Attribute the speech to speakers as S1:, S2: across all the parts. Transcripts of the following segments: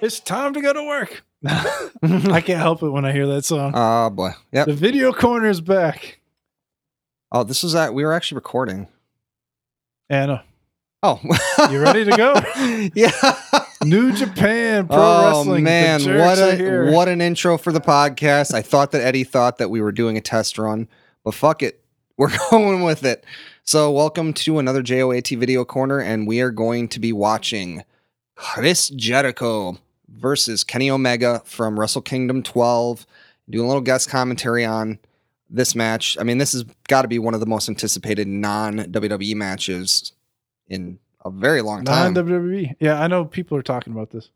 S1: It's time to go to work. I can't help it when I hear that song.
S2: Oh boy. Yep.
S1: The video corner is back.
S2: Oh, this is that we were actually recording.
S1: Anna,
S2: Oh.
S1: you ready to go?
S2: yeah.
S1: New Japan Pro
S2: oh
S1: Wrestling. The
S2: man,
S1: jerks
S2: what
S1: are
S2: a
S1: here.
S2: what an intro for the podcast. I thought that Eddie thought that we were doing a test run, but fuck it. We're going with it. So, welcome to another JOAT video corner and we are going to be watching Chris Jericho versus Kenny Omega from Wrestle Kingdom 12. Doing a little guest commentary on this match. I mean, this has got to be one of the most anticipated non WWE matches in a very long
S1: Non
S2: time.
S1: WWE. E. Yeah, I know people are talking about this,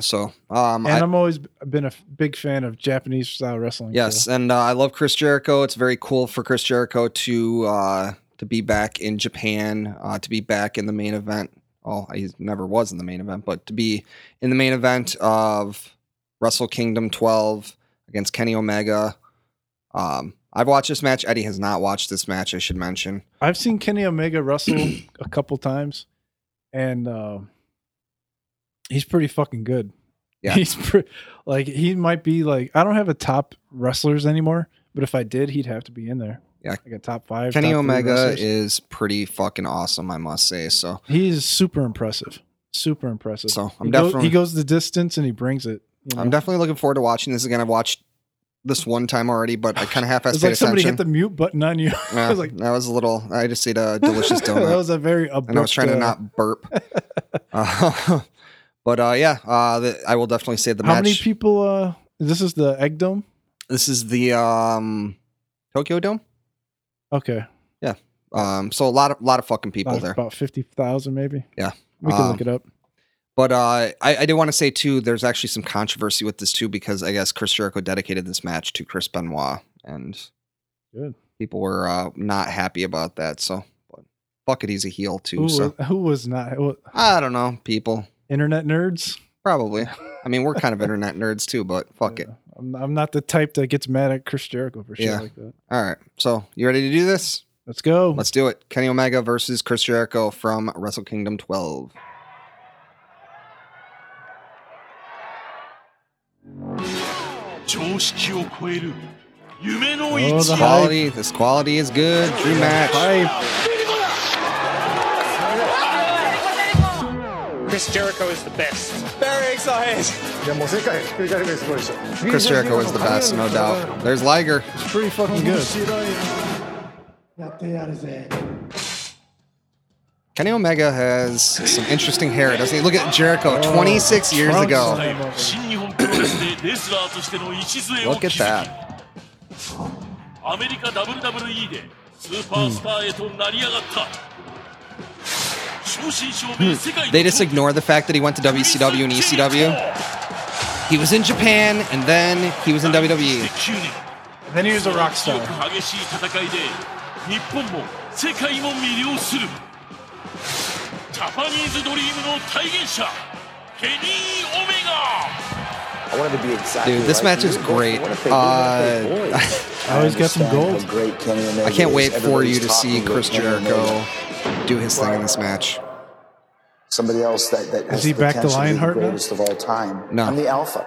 S2: So, um,
S1: and
S2: I,
S1: I, am always been a f- big fan of Japanese style wrestling.
S2: yes,
S1: so-
S2: and uh, I love Chris Jericho. It's very cool for Chris Jericho to uh, to be back in Japan, uh, to be back in the main event. Oh, he never was in the main event, but to be in the main event of Wrestle Kingdom 12 against Kenny Omega. Um, I've watched this match. Eddie has not watched this match. I should mention.
S1: I've seen Kenny Omega wrestle a couple times, and um he's pretty fucking good.
S2: Yeah.
S1: he's pre- like he might be like I don't have a top wrestlers anymore, but if I did, he'd have to be in there.
S2: Yeah.
S1: like a top five.
S2: Kenny
S1: top three
S2: Omega
S1: wrestlers.
S2: is pretty fucking awesome, I must say. So,
S1: he is super impressive, super impressive.
S2: so I'm
S1: he, go-
S2: definitely
S1: he goes the distance and he brings it. you know?
S2: I'm definitely looking forward to watching this again. I've watched this one time already, but I kind of half-assed
S1: It's like
S2: paid
S1: somebody
S2: attention.
S1: hit the mute button on you.
S2: Yeah,
S1: I was like-
S2: that was a little. I just ate a delicious donut,
S1: that was a very abrupt.
S2: and I was trying to
S1: uh,
S2: not burp. Uh, but uh, yeah, uh, the, I will definitely say the
S1: How
S2: match.
S1: many people? uh This is the egg dome.
S2: this is the um, Tokyo Dome.
S1: Okay,
S2: Um, so a lot of lot of fucking people
S1: about,
S2: there.
S1: about fifty thousand maybe.
S2: Yeah.
S1: we can
S2: Um,
S1: look it up.
S2: But uh, I, I do want to say too, there's actually some controversy with this too because I guess Chris Jericho dedicated this match to Chris Benoit, and
S1: Good.
S2: people were uh, not happy about that. So, but fuck it, he's a heel too.
S1: Who,
S2: so
S1: was, who was not? who-
S2: I don't know, people
S1: internet nerds.
S2: probably. I mean, we're kind of internet nerds too, but fuck it.
S1: Yeah. I'm, I'm not the type that gets mad at Chris Jericho for shit
S2: Yeah.
S1: like that.
S2: All right, so you ready to do this?
S1: Let's go.
S2: Let's do it. Kenny Omega versus Chris Jericho from Wrestle Kingdom 12.
S1: oh, the hype.
S2: Quality, this quality is good. Drew match.
S1: Hype.
S3: Chris Jericho is the best.
S2: Chris Jericho is the best, no doubt. There's Liger.
S1: It's pretty fucking good.
S2: Kenny Omega has some interesting hair, doesn't he? Look at Jericho 26 years
S1: Trunks
S2: ago.
S1: came over.
S4: 新日本プロレスでレスラーとしての礎を
S2: Look
S4: 築
S2: at that.
S4: きアメリカ WWE でスーパースターへと成り上がった正真正銘世界の
S2: They just ignore the fact that he went to WCW and ECW. He was in Japan and then he was in E. WWE.
S4: 2009年
S1: Then he was a rock star.
S4: 激しい戦いで日本も世界も魅了するジャパニーズドリームの体現者ケニー・オメガ
S5: I wanted to be exactly.
S2: Dude, this
S5: like
S2: match
S5: you.
S2: is great.
S5: What if they do have
S2: Uh,
S5: big boys?
S1: I always got some
S5: understand
S1: gold.
S5: how Great Kenny Omega
S2: I can't
S5: is.
S2: wait for you
S5: Everybody's
S2: to see
S5: talking about
S2: Chris
S5: Kenny Omega.
S2: Jericho do his thing in this match.
S5: Somebody else that, that has
S1: he
S5: the
S1: back to
S5: potential be
S1: Lionheart
S5: the
S1: now?
S5: greatest of all time.
S2: No.
S5: I'm the alpha.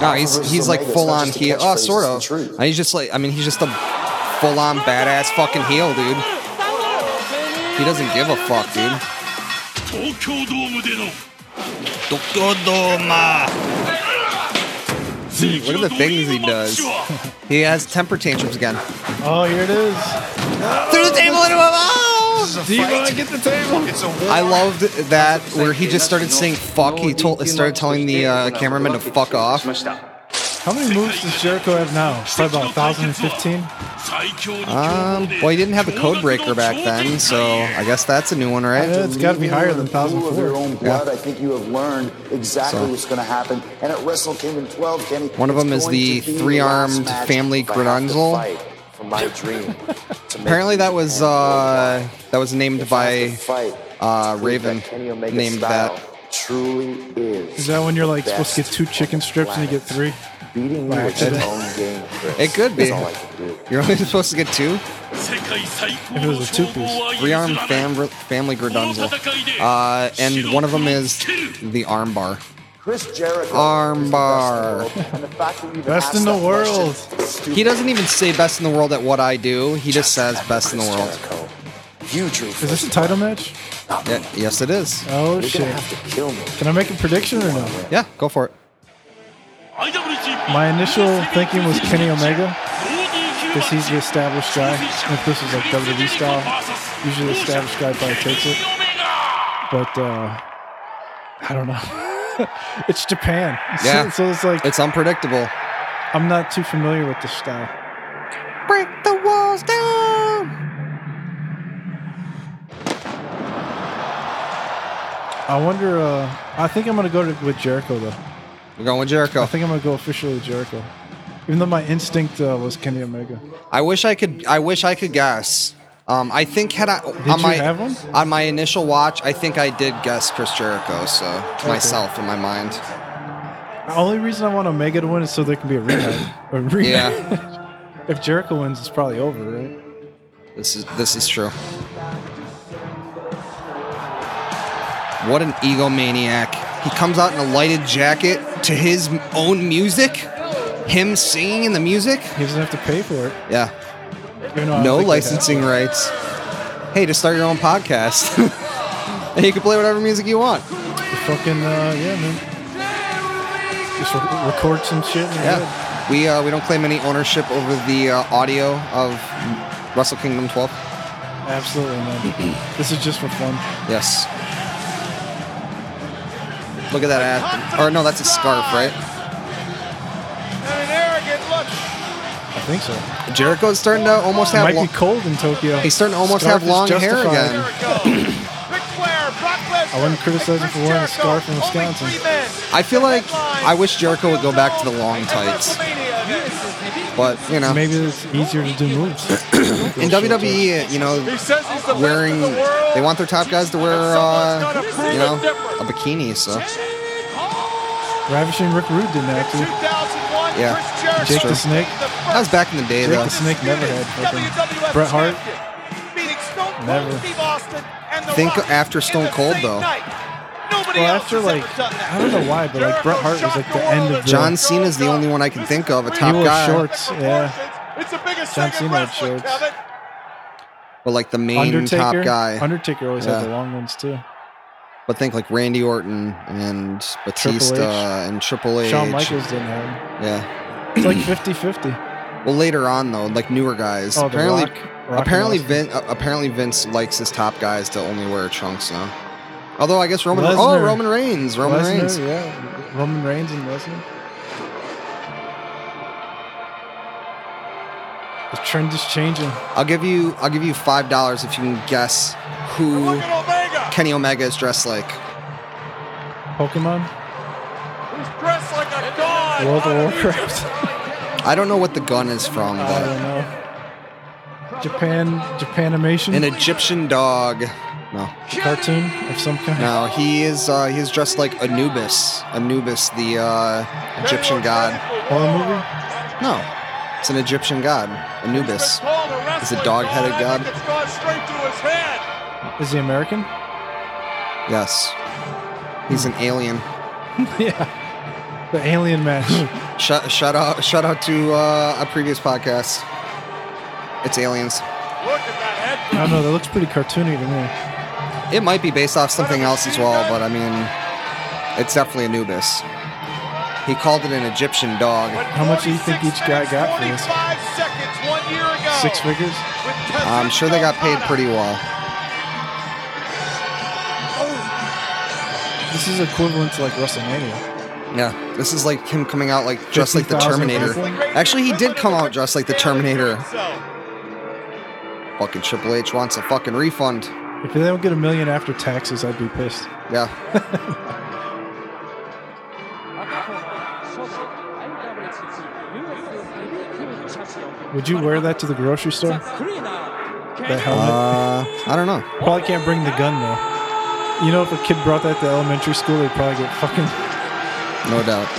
S2: No, he's
S5: versus
S2: he's like
S5: Omega. It's
S2: full
S5: not
S2: on
S5: just a
S2: heel. Oh,
S5: catchphrase,
S2: sort
S5: it's
S2: of.
S5: the truth.
S2: And he's just like I mean, he's just a full on badass fucking heel, dude. He doesn't give a fuck, dude.
S4: 東京ドームでの
S2: What are the things he does? He has temper tantrums again.
S1: Oh, here it is.
S2: Through the table into a oh!
S1: Diva, get the table.
S2: I loved that where he just started saying fuck. He told started telling the uh, cameraman to fuck off.
S1: How many moves does Jericho have now? Probably about 1,015.
S4: 最強に
S2: Um, well, he didn't have a code breaker back then, so I guess that's a new one,
S1: Yeah,
S2: right?
S1: it's got to be higher than
S5: In the blue of your
S1: 1,004.
S5: own blood, I think you have learned exactly
S2: So.
S5: what's going to happen. And at Wrestle Kingdom 12, Kenny,
S2: One of
S5: it's
S2: them is
S5: going
S2: the
S5: to be
S2: three-armed
S5: last match
S2: family
S5: if I have to
S2: Grunzel.
S5: fight for my dream to make
S2: Apparently, that was uh, that was named
S5: If I have
S2: by
S5: to fight
S2: uh,
S5: to prove
S2: Raven.
S5: that Kenny Omega
S2: Named
S5: style
S2: that.
S5: Truly is.
S1: Is that when you're
S5: the
S1: like supposed to get
S5: best
S1: two chicken
S5: on the
S1: strips and you get three?
S5: planet. Beating you
S1: By
S5: at your
S1: accident.
S5: own game, Chris.
S2: It could be.
S5: is all I can do.
S2: You're only supposed to get two.
S4: 世界最
S1: If
S4: 高
S1: it
S4: の
S1: was a
S4: 称
S1: two-piece.
S4: 号は
S2: Three-armed
S4: 譲らない
S2: fam- family Gradunzel. Uh, and one of them is the armbar.
S5: Chris Jericho.
S2: Arm
S5: is
S2: bar.
S5: the best in the world, and the fact that you even
S1: Best
S5: asked
S1: in the
S5: that question
S1: world.
S5: is stupid.
S2: He doesn't even say best in the world at what I do. He just says best in the
S5: Chris
S2: world.
S5: Jericho, You drew
S1: Is this a title match?
S2: Yeah, yes, it is.
S1: Oh,
S5: You're gonna
S1: shit.
S5: have to kill me.
S1: Can I make a prediction or no?
S2: Yeah, go for it.
S1: My initial thinking was Kenny Omega, because
S4: because
S1: he's the established guy. And if this is like WWE style, usually the established guy probably takes it. But uh, I don't know. it's Japan. So-
S2: Yeah.
S1: So, it's like,
S2: It's unpredictable.
S1: I'm not too familiar with the style.
S2: Break the walls down.
S1: I wonder, uh, I think I'm going to go to, with Jericho, though.
S2: We're going with Jericho.
S1: I think I'm going to go officially with Jericho. Even though my instinct uh, was Kenny Omega.
S2: I wish I could. I wish I could guess. Um, I think had I on
S1: you
S2: my
S1: have one?
S2: on my initial watch, I think I did guess Chris Jericho. So to myself in my mind,
S1: The only reason I want Omega to win is so there can be a rematch. a rematch.
S2: Yeah.
S1: if Jericho wins, it's probably over, right?
S2: this is this is true. What an egomaniac! He comes out in a lighted jacket to his own music, him singing in the music.
S1: He doesn't have to pay for it.
S2: Yeah,
S1: even though I don't
S2: no
S1: think they have
S2: licensing
S1: one.
S2: rights. Hey, to start your own podcast, and you can play whatever music you want.
S1: Fucking uh, yeah, man. Just re- record some shit. And yeah.
S2: Yeah, we uh, we don't claim any ownership over the uh, audio of Wrestle Kingdom 12.
S1: Absolutely, man. this is just for fun.
S2: Yes. Look at that ad. Or no, that's a scarf, right?
S1: I think so.
S2: Jericho's starting to almost
S1: It
S2: have.
S1: might
S2: Lo-
S1: be cold in Tokyo.
S2: he's starting to almost
S1: Scarf
S2: have
S1: is
S2: long hair
S1: justified.
S2: again.
S1: I wouldn't criticize him for wearing a scarf from Wisconsin.
S2: I feel like I wish Jericho would go back to the long tights, but you know,
S1: Maybe it's easier to do moves.
S2: in E WWE, you know, wearing they want their top guys to wear, uh, you know, a bikini. So
S1: Ravishing Rick Rude didn't have to.
S2: yeah, it's
S1: Jake the
S2: true.
S1: Snake.
S2: That was back in the day,
S1: Jake
S2: though.
S1: the Snake never had fucking. Bret Hart. Never.
S3: Think after Stone Cold though.
S1: Well, after like, I don't know why, but like Bret Hart was like the end of the.
S2: John Cena's the only one I can think of, a top
S1: He wore
S2: guy.
S1: shorts, yeah.
S3: It's the biggest
S1: John
S3: thing in
S1: Cena had
S3: wrestling,
S1: shorts.
S3: Kevin.
S2: But like the main
S1: Undertaker.
S2: top guy.
S1: Undertaker always
S2: Yeah.
S1: had the long ones too.
S2: but think like Randy Orton and Batista
S1: H.
S2: and Triple H.
S1: Shawn Michaels didn't have them.
S2: Yeah.
S1: It's like 50-50.
S2: Well, later on though, like newer guys.
S1: Oh, The
S2: apparently,
S1: Rock. Rock and
S2: apparently,
S1: Austin.
S2: Vin, uh, apparently Vince likes his top guys to only wear trunks now. Although I guess Roman. Oh,
S1: Lesnar.
S2: Roman Reigns. Roman
S1: Lesnar,
S2: Reigns.
S1: yeah. Roman Reigns and Lesnar. The trend is changing.
S2: I'll give you. I'll give you five dollars if you can guess who
S3: Look at Omega.
S2: Kenny Omega is dressed like.
S1: Pokemon,
S3: He's dressed like a god.
S1: World of
S3: out of
S1: Warcraft.
S2: I don't know what the gun is from,
S1: I
S2: but
S1: don't know. Japan, Japanimation,
S2: an Egyptian dog. No.
S1: cartoon of some kind.
S2: No, he is uh, he's dressed like Anubis. Anubis, the uh,
S3: Egypt.
S2: Egyptian god.
S1: Horror movie.
S2: No, it's an Egyptian god, Anubis. He's a dog-headed god.
S3: It's gone straight to his head.
S1: Is he American?
S2: Yes, he's an alien.
S1: yeah. The alien match.
S2: Shout, shout out! Shout out to uh, a previous podcast. It's aliens.
S3: Look at that head.
S1: I don't know. That looks pretty cartoony to me.
S2: It might be based off something else as well, but I mean, it's definitely Anubis. He called it an Egyptian dog.
S1: How much do you think each guy got for this?
S3: 45 seconds one year ago.
S1: Six figures.
S3: With Tetsuya
S2: I'm sure they got paid
S3: Okada.
S2: pretty well.
S1: This is equivalent to like WrestleMania.
S2: Yeah, this is like him coming out like dressed like the
S1: 50,000
S2: Terminator.
S1: people.
S2: Actually, he did come out dressed like the Terminator.
S3: So,
S2: Fucking Triple H wants a fucking refund.
S1: If they don't get a million after taxes, I'd be pissed.
S2: Yeah,
S1: Would you wear that to the grocery store? That helmet?
S2: uh, I don't know.
S1: probably can't bring the gun though. You know, if a kid brought that to elementary school, they'd probably get fucking.
S2: No doubt.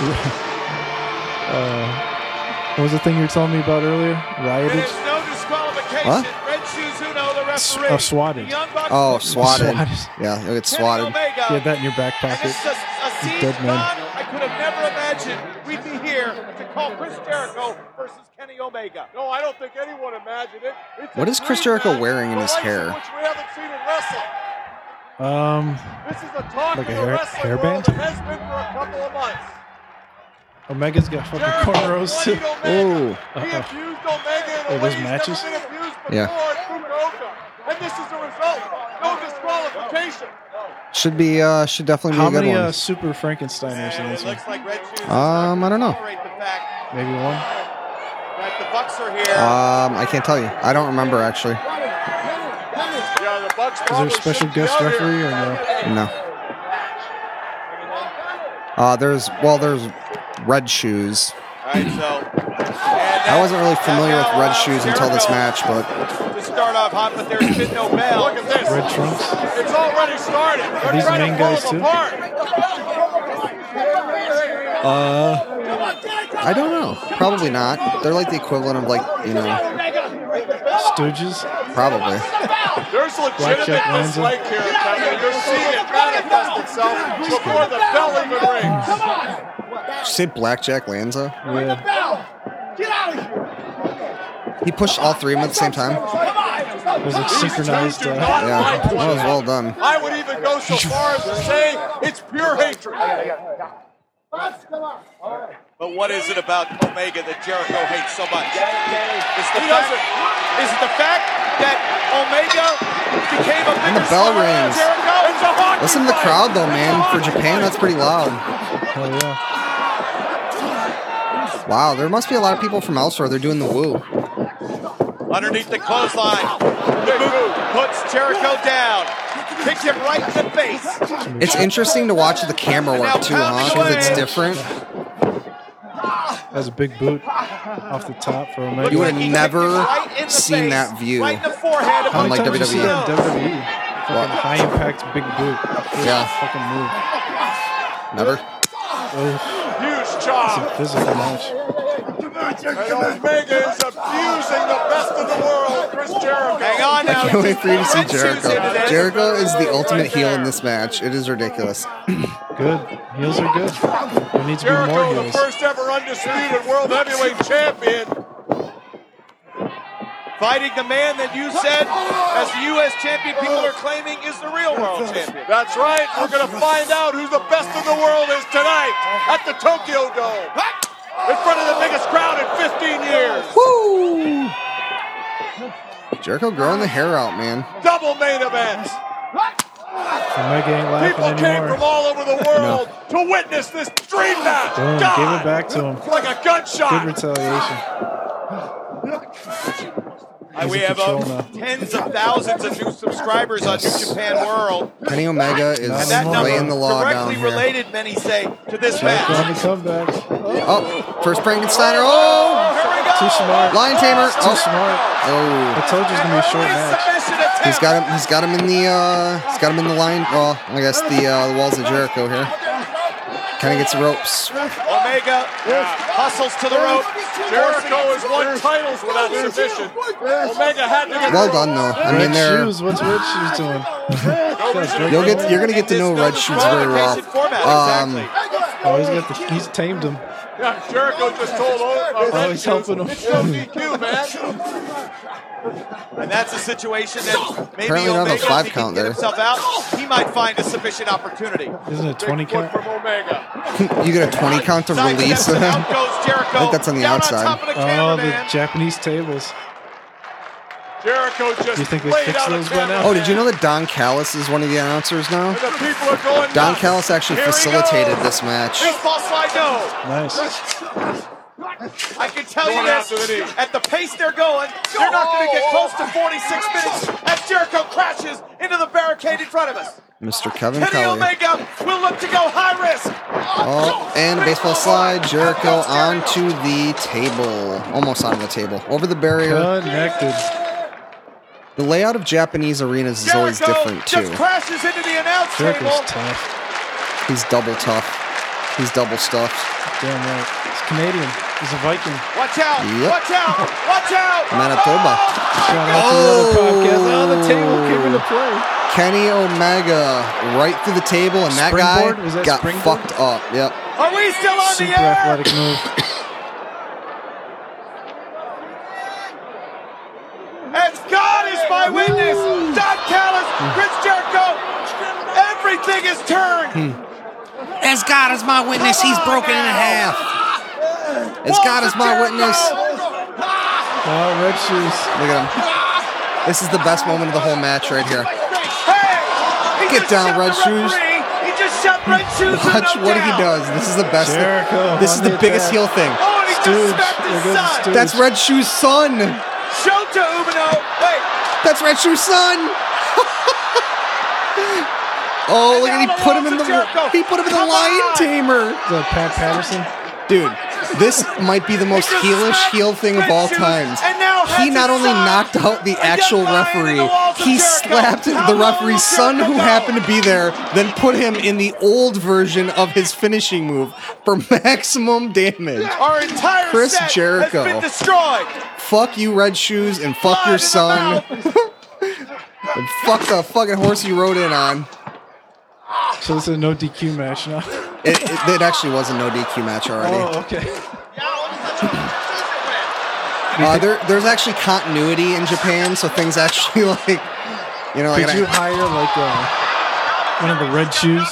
S1: What was the thing you were telling me about earlier?
S3: There
S1: Rioted?
S3: is no disqualification.
S2: What?
S3: Red Shoes Uno, the
S1: S-
S3: referee.
S1: uh, swatted.
S3: The Young Bucks-
S2: Oh, swatted.
S1: Swatted.
S2: Yeah, he'll get
S3: Kenny
S2: swatted.
S3: Omega.
S1: You had that in your back
S3: And
S1: pocket.
S3: this is a, a scene,
S1: dead man.
S3: Don, I could have never imagined we'd be here to call Chris Jericho versus Kenny Omega. No, I don't think anyone imagined it. It's
S2: What
S3: a
S2: is Chris
S3: great
S2: Jericho
S3: match,
S2: wearing in
S3: the
S2: his
S3: likes of
S2: hair?
S3: Which we haven't seen in wrestling.
S1: Um,
S3: This is a
S1: Like
S3: talk
S1: a
S3: of the
S1: hair-
S3: wrestling
S1: hairband?
S3: world that has been for a couple of months.
S1: Omega's got fucking
S3: Jericho
S1: cornrows too.
S3: bloodied Omega.
S1: Ooh.
S3: He
S1: Uh-oh.
S3: abused Omega in a
S1: Oh,
S3: way
S1: those
S3: he's
S1: matches?
S3: never been abused before
S2: Yeah.
S3: in Fukuoka. And this is the result. No disqualification.
S2: Should be, uh, should definitely be
S1: How
S2: a good
S1: many uh,
S2: one.
S1: Super Frankensteiners in
S3: And
S1: this
S3: it
S1: one?
S3: looks like Red Shoes is
S2: Um,
S3: not
S2: I don't know.
S3: gonna tolerate the fact
S1: Maybe one.
S3: that the Bucks are here.
S1: Uh,
S2: Um, I can't tell you. I don't remember actually.
S3: Yeah, the Bucks
S1: Is there
S3: probably
S1: a special
S3: should be
S1: guest
S3: out
S1: referee
S3: here.
S1: or no?
S2: No. Uh, there's well, there's red shoes.
S3: All right, so and uh,
S2: I wasn't really familiar with red
S3: that
S2: shoes until this
S3: Jericho
S2: match, but
S3: To start off hot, but there's been no bell. Look at this.
S1: Red trunks?
S3: It's already started. They're
S1: these
S3: trying
S1: the main
S3: to pull
S1: guys
S3: them
S1: too?
S3: apart.
S2: uh, I don't know. Probably not. They're like the equivalent of like you know,
S1: Stooges?
S2: probably.
S3: There's legitimate
S1: Blackjack Lanza.
S3: dislike here, Kevin. You're seeing it manifest itself before the bell even rings.
S2: Did you say Blackjack Lanza?
S1: Yeah.
S2: He pushed all three of them at the same time.
S1: It was like
S3: These two
S1: synchronized.
S3: do
S1: Uh,
S3: not
S2: Yeah,
S3: like
S2: that
S3: one
S2: was
S3: another.
S2: well done.
S3: I would even go so far as to say it's pure hatred. But what is it about Omega that Jericho hates so much? Is the fact, is it the fact that Omega became a bigger
S2: the bell
S3: star than
S2: rings.
S3: Jericho? It's a hockey
S2: Listen to the
S3: fight.
S2: crowd though,
S3: It's a
S2: man. For
S3: hockey
S2: Japan,
S3: fight.
S2: that's pretty loud.
S1: hell yeah.
S2: Wow, there must be a lot of people from elsewhere. They're doing the woo.
S3: Underneath the clothesline, the boot puts Jericho down, kicks him right in the face.
S2: It's interesting to watch the camera work too, huh? Because it's different.
S1: That was a big boot off the top for Omega.
S2: You would
S3: He
S2: have
S3: kicked
S2: never
S3: him right in the
S2: seen
S3: face,
S2: that view.
S3: Right in the forehead of
S1: How many
S2: Unlike E.
S1: times did you see
S2: WWE.
S1: that in WWE? Fucking
S2: What?
S1: high impact big boot. First
S2: Yeah.
S1: Fucking move.
S2: Never.
S1: Oh,
S3: Huge job.
S1: physical match.
S3: And Omega is abusing the best of the world, Chris Jericho. Hang on now.
S2: I can't wait for you to see Jericho.
S3: Right
S2: Jericho is the
S3: there.
S2: ultimate heel in this match. It is ridiculous.
S1: Good. Heels are good. There needs to be more
S3: Jericho, the
S1: heels.
S3: first ever undisputed world heavyweight champion. Fighting the man that you said, as the U.S. champion, people are claiming is the real world champion. That's right. We're going to find out who the best in the world is tonight at the Tokyo Dome. In front of the biggest crowd in 15 years.
S2: Woo! Jericho growing the hair out, man.
S3: Double main event.
S1: Omega ain't laughing
S3: People came
S1: anymore.
S3: from all over the world to witness this dream match.
S1: Boom.
S3: God,
S1: Give it back to him.
S3: Like a
S1: Good
S3: gunshot.
S1: retaliation.
S3: Uh, we
S1: He's in
S3: have
S1: control
S3: uh,
S1: now.
S3: tens of thousands of new subscribers on New Japan World,
S2: Kenny Omega is
S1: And
S3: that number
S2: laying the law down
S3: directly
S2: here.
S3: related, many say, to this
S1: Jericho
S3: match.
S1: on the comeback.
S2: Oh, first Frankensteiner. Oh,
S1: Too smart.
S2: Lion Tamer.
S1: Too
S2: Oh,
S1: smart. I
S2: oh.
S1: told you it's gonna be a short match.
S2: He's got him. He's got him in the. Uh, he's got him in the line. Well, I guess the uh, the walls of Jericho here. Kind of gets the ropes.
S3: Omega uh, hustles to the rope. Jericho has won titles without submission. Omega had to get
S2: Well done though. I mean,
S1: Red
S2: they're
S1: shoes. What's red shoes doing?
S2: You'll get you're gonna get to know
S3: This no
S2: Red Shoes very well.
S3: disqualification format,
S2: Um,
S3: exactly.
S1: Oh, he's got the, he's tamed him.
S3: Yeah, Jericho just told uh, Red
S1: Oh, he's
S3: Shoes,
S1: helping him.
S3: It's no DQ, man. And that's a situation that maybe
S2: Apparently not on the
S3: Omega, if
S2: five
S3: he can
S2: count
S3: get
S2: there.
S3: himself out, he might find a sufficient opportunity.
S1: Isn't it 20
S3: Big foot
S1: count?
S3: from Omega.
S2: you get a 20 count to
S3: Side
S2: release.
S3: steps and out goes Jericho.
S2: I think that's on the
S3: Down
S2: outside.
S3: top of the
S1: Oh, the
S3: cameraman.
S1: Japanese tables.
S3: Jericho just
S1: You think they
S3: laid
S1: fixed
S3: out a
S1: those by now?
S2: Oh, did you know that Don Callis is one of the announcers now?
S3: And the people are going
S2: Don
S3: nuts.
S2: Callis actually
S3: Here he
S2: facilitated
S3: goes.
S2: this match.
S3: This boss I know.
S1: Nice.
S3: I can tell you
S6: Going
S3: this.
S6: after Oh. the knee.
S3: At the pace they're going, they're not going to get close to 46 minutes as Jericho crashes into the barricade in front of us.
S2: Mr. Kevin
S3: Kenny
S2: Kelly.
S3: Omega will look to go high risk.
S2: Oh, and a baseball slide. Jericho onto the table. Almost onto the table. Over the barrier.
S1: Connected.
S2: The layout of Japanese arenas is always
S3: Jericho
S2: different, too.
S3: just crashes into the announce
S1: Jericho's
S3: table.
S1: tough.
S2: He's double tough. He's double stuffed.
S1: Damn right. He's Canadian. He's a Viking.
S3: Watch out!
S2: Yep.
S3: Watch out! Watch out!
S2: Manitoba.
S1: Shout out to the other
S2: Oh.
S1: podcast. Oh, the table came into play.
S2: Kenny Omega right through the table, and that
S1: Springboard? Was
S2: guy
S1: that
S2: got
S1: springboard?
S2: fucked up. Yep.
S3: Are we still on
S1: Super
S3: the air?
S1: athletic move.
S3: As God is my witness, Don Callis,
S2: Hmm.
S3: Chris Jericho, everything is turned.
S2: Hmm. As God is my witness, he's broken in half. As God is my witness.
S3: Ah!
S1: Oh, red shoes.
S2: Look at him. This is the best moment of the whole match right here.
S3: Hey! He
S2: Get
S3: just
S2: down,
S3: shut
S2: Red
S3: the
S2: Shoes.
S3: referee. He just shut red shoes. and
S2: Watch
S3: no
S2: what he
S3: down.
S2: does. This is the best. thing-
S1: Jericho
S2: This
S1: on
S2: is the
S1: the
S2: biggest
S1: attack.
S2: heel thing.
S3: Oh, and he
S1: Stooge.
S3: just smacked
S1: There
S3: his
S1: goes
S3: son.
S1: Stooge.
S2: That's Red Shoe's son.
S3: Shota Umino. Wait,
S2: That's Red Shoe's son. oh, look at he put him in the he put him in the lion tamer.
S1: Is that Pat Patterson?
S2: Dude, this might be the most
S3: he just
S2: heelish
S3: smacked
S2: heel thing of
S3: Red
S2: all
S3: Shoes
S2: times.
S3: and now has
S2: He
S3: his
S2: not only
S3: son,
S2: knocked out the
S3: a young
S2: actual
S3: lion in
S2: referee,
S3: the walls of
S2: he
S3: Jericho.
S2: slapped
S3: How
S2: the
S3: long will
S2: referee's
S3: Jericho
S2: son who
S3: go?
S2: happened to be there, then put him in the old version of his finishing move for maximum damage.
S3: Our entire
S2: Chris
S3: set
S2: Jericho.
S3: has been destroyed.
S2: Fuck you, Red Shoes, and fuck
S3: Blood in
S2: your
S3: the
S2: son. and fuck the fucking horse you rode in on.
S1: So this is a no DQ match now.
S2: It, it, it actually was a no DQ match already.
S1: Oh, okay.
S2: Uh, there, there's actually continuity in Japan, so things actually like, you know, like
S1: Could you hire like uh, one of the red shoes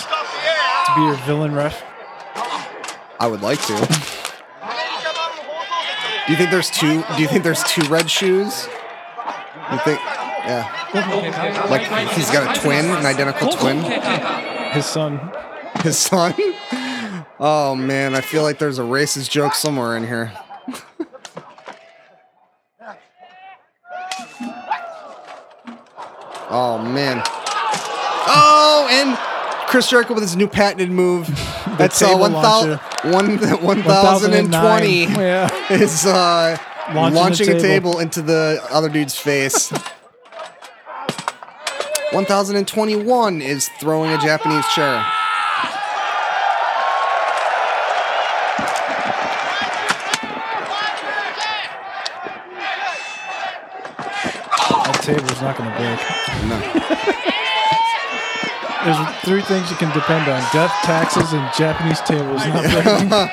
S1: to be your villain ref?
S2: I would like to. Do you think there's two? Do you think there's two red shoes? You think? Yeah. Like he's got a twin, an identical twin,
S1: His son.
S2: his son. Oh man, I feel like there's a racist joke somewhere in here. Oh man. Oh, and Chris Jericho with his new patented move. That's uh,
S1: table
S2: 1000
S1: launcher.
S2: one- 1020
S1: 1009. Yeah.
S2: is uh, launching,
S1: Launching a
S2: a, table.
S1: table.
S2: into the other dude's face. 1021 is throwing a Japanese chair.
S1: That table's not going to break.
S2: No.
S1: There's three things you can depend on: death, taxes, and Japanese tables not breaking.
S2: Uh,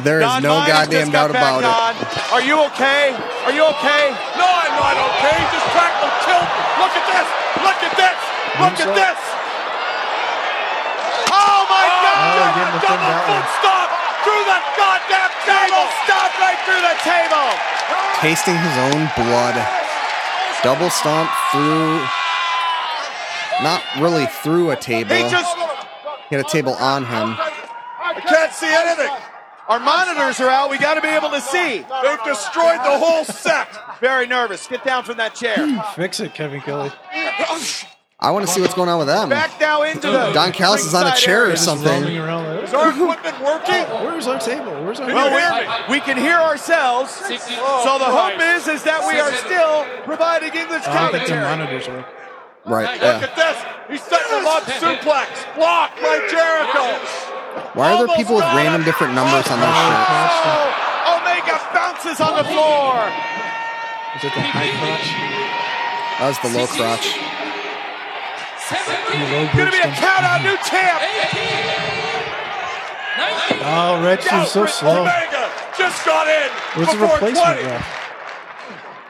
S2: There is
S3: Don
S2: no
S3: Myers
S2: goddamn
S3: just got
S2: doubt about
S3: back
S2: it.
S3: on. Are you okay? Are you okay?
S6: No, I'm not okay. Just crack will kill me. Look at this. Look at this. Look at this.
S3: Oh my
S1: Oh,
S3: God!
S1: give him the thumb
S6: Double
S1: down.
S6: foot stop through that goddamn
S3: Table
S6: table.
S3: stop right through the table.
S2: Tasting his own blood. Double stomp through. Not really through a table.
S3: He just.
S2: He had a table on him.
S3: I can't see anything. Our monitors are out. We got to be able to see.
S6: They've destroyed the whole set.
S3: Very nervous. Get down from that chair.
S1: Fix it, Kevin Kelly.
S2: I want to see what's going on with them.
S3: Back now into the.
S2: Don Callis is on a
S3: ringside
S2: chair or
S3: area.
S1: Roaming
S2: something.
S1: around.
S6: Is our equipment working?
S1: Where's our table? Where's our?
S3: Well, we're- we can hear ourselves. So the hope is is that we are still providing English
S1: I don't think the
S3: commentary.
S1: monitors work.
S2: Right,
S6: Look
S2: yeah.
S6: at this. He's setting him up suplex. Block by Jericho.
S2: Why are there people with random different numbers on their shirt?
S3: Oh, Omega bounces on the floor.
S1: Is it the high
S2: That was the low crotch.
S1: crotch?
S3: Gonna be a count out new champ.
S1: Oh, Red Shoes so
S6: Alfred
S1: slow.
S6: Omega just got in
S1: Where's the
S6: before 20.
S1: replacement ref?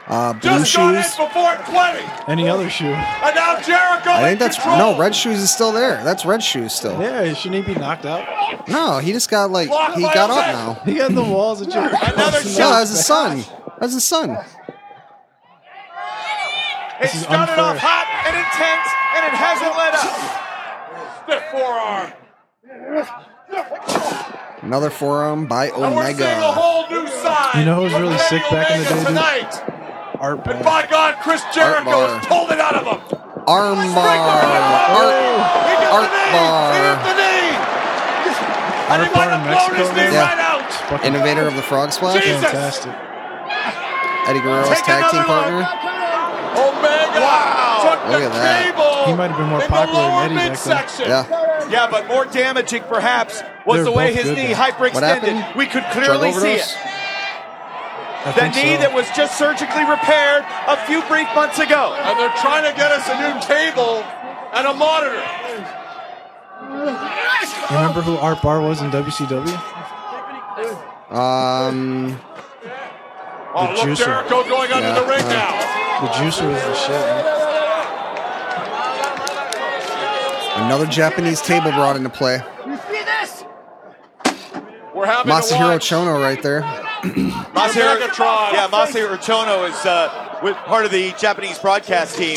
S2: Uh, blue
S6: Just got in
S2: shoes.
S6: before 20.
S1: Any other shoe?
S6: And now Jericho
S2: I
S6: in
S2: think that's
S6: control.
S2: no. Red shoes is still there. That's red shoes still.
S1: Yeah, shouldn't he be knocked out?
S2: No, he just got like he got up now.
S1: He got the walls of Jericho.
S6: Another
S2: No,
S6: shot.
S2: that's his son. That's his son.
S3: It
S1: This is
S3: started
S1: unfair.
S3: off hot and intense, and it hasn't let up. Stiff forearm.
S2: Oh Another forearm by
S3: And we're seeing a
S2: Omega.
S3: whole new side.
S1: You know who was
S3: of
S1: really sick
S3: Kenny
S1: back in the
S3: Omega
S1: day, dude?
S3: Tonight.
S1: Art
S3: And
S1: Ball.
S3: by God, Chris Jericho
S2: Bar.
S3: has pulled it out of him.
S2: Armbar. Art.
S3: He did
S2: Art
S3: the knee.
S2: Bar.
S3: He did the knee. And he
S1: Art
S3: might
S1: Bar in
S3: have blown
S1: Mexico
S3: his knee
S2: now?
S3: right out.
S1: Fucking
S2: Innovator of the Frog Splash.
S3: Jesus.
S1: fantastic.
S2: Eddie Guerrero's
S3: Take
S2: tag team
S3: another one.
S2: partner.
S3: Omega took
S2: Look
S3: the
S2: at that.
S3: cable.
S1: He might have been more
S3: in
S1: popular
S3: the
S1: than
S3: lower
S1: Eddie back then.
S3: midsection.
S2: Yeah.
S3: Yeah, but more damaging perhaps was
S1: They're
S3: the way
S1: both
S3: his
S1: good,
S3: knee
S1: though.
S2: What
S3: hyperextended.
S2: happened?
S3: We could
S2: Drug
S3: clearly see
S2: overdose.
S3: it.
S1: I
S3: The
S1: think
S3: knee
S1: so.
S3: that was just surgically repaired a few brief months ago. And they're trying to get us a new table and a monitor.
S1: You remember who Art Bar was in WCW?
S2: Um.
S1: The
S3: Oh, look,
S1: juicer.
S3: Jericho going under
S2: Yeah,
S3: the ring
S2: uh,
S3: now.
S1: The Juicer was the shit. Man.
S2: Another Japanese table brought into play.
S3: We're having
S2: Masahiro
S3: to watch
S2: Chono right there.
S3: Masahiro Megatron.
S7: Yeah, Masahiro Chono is uh, with part of the Japanese broadcast team.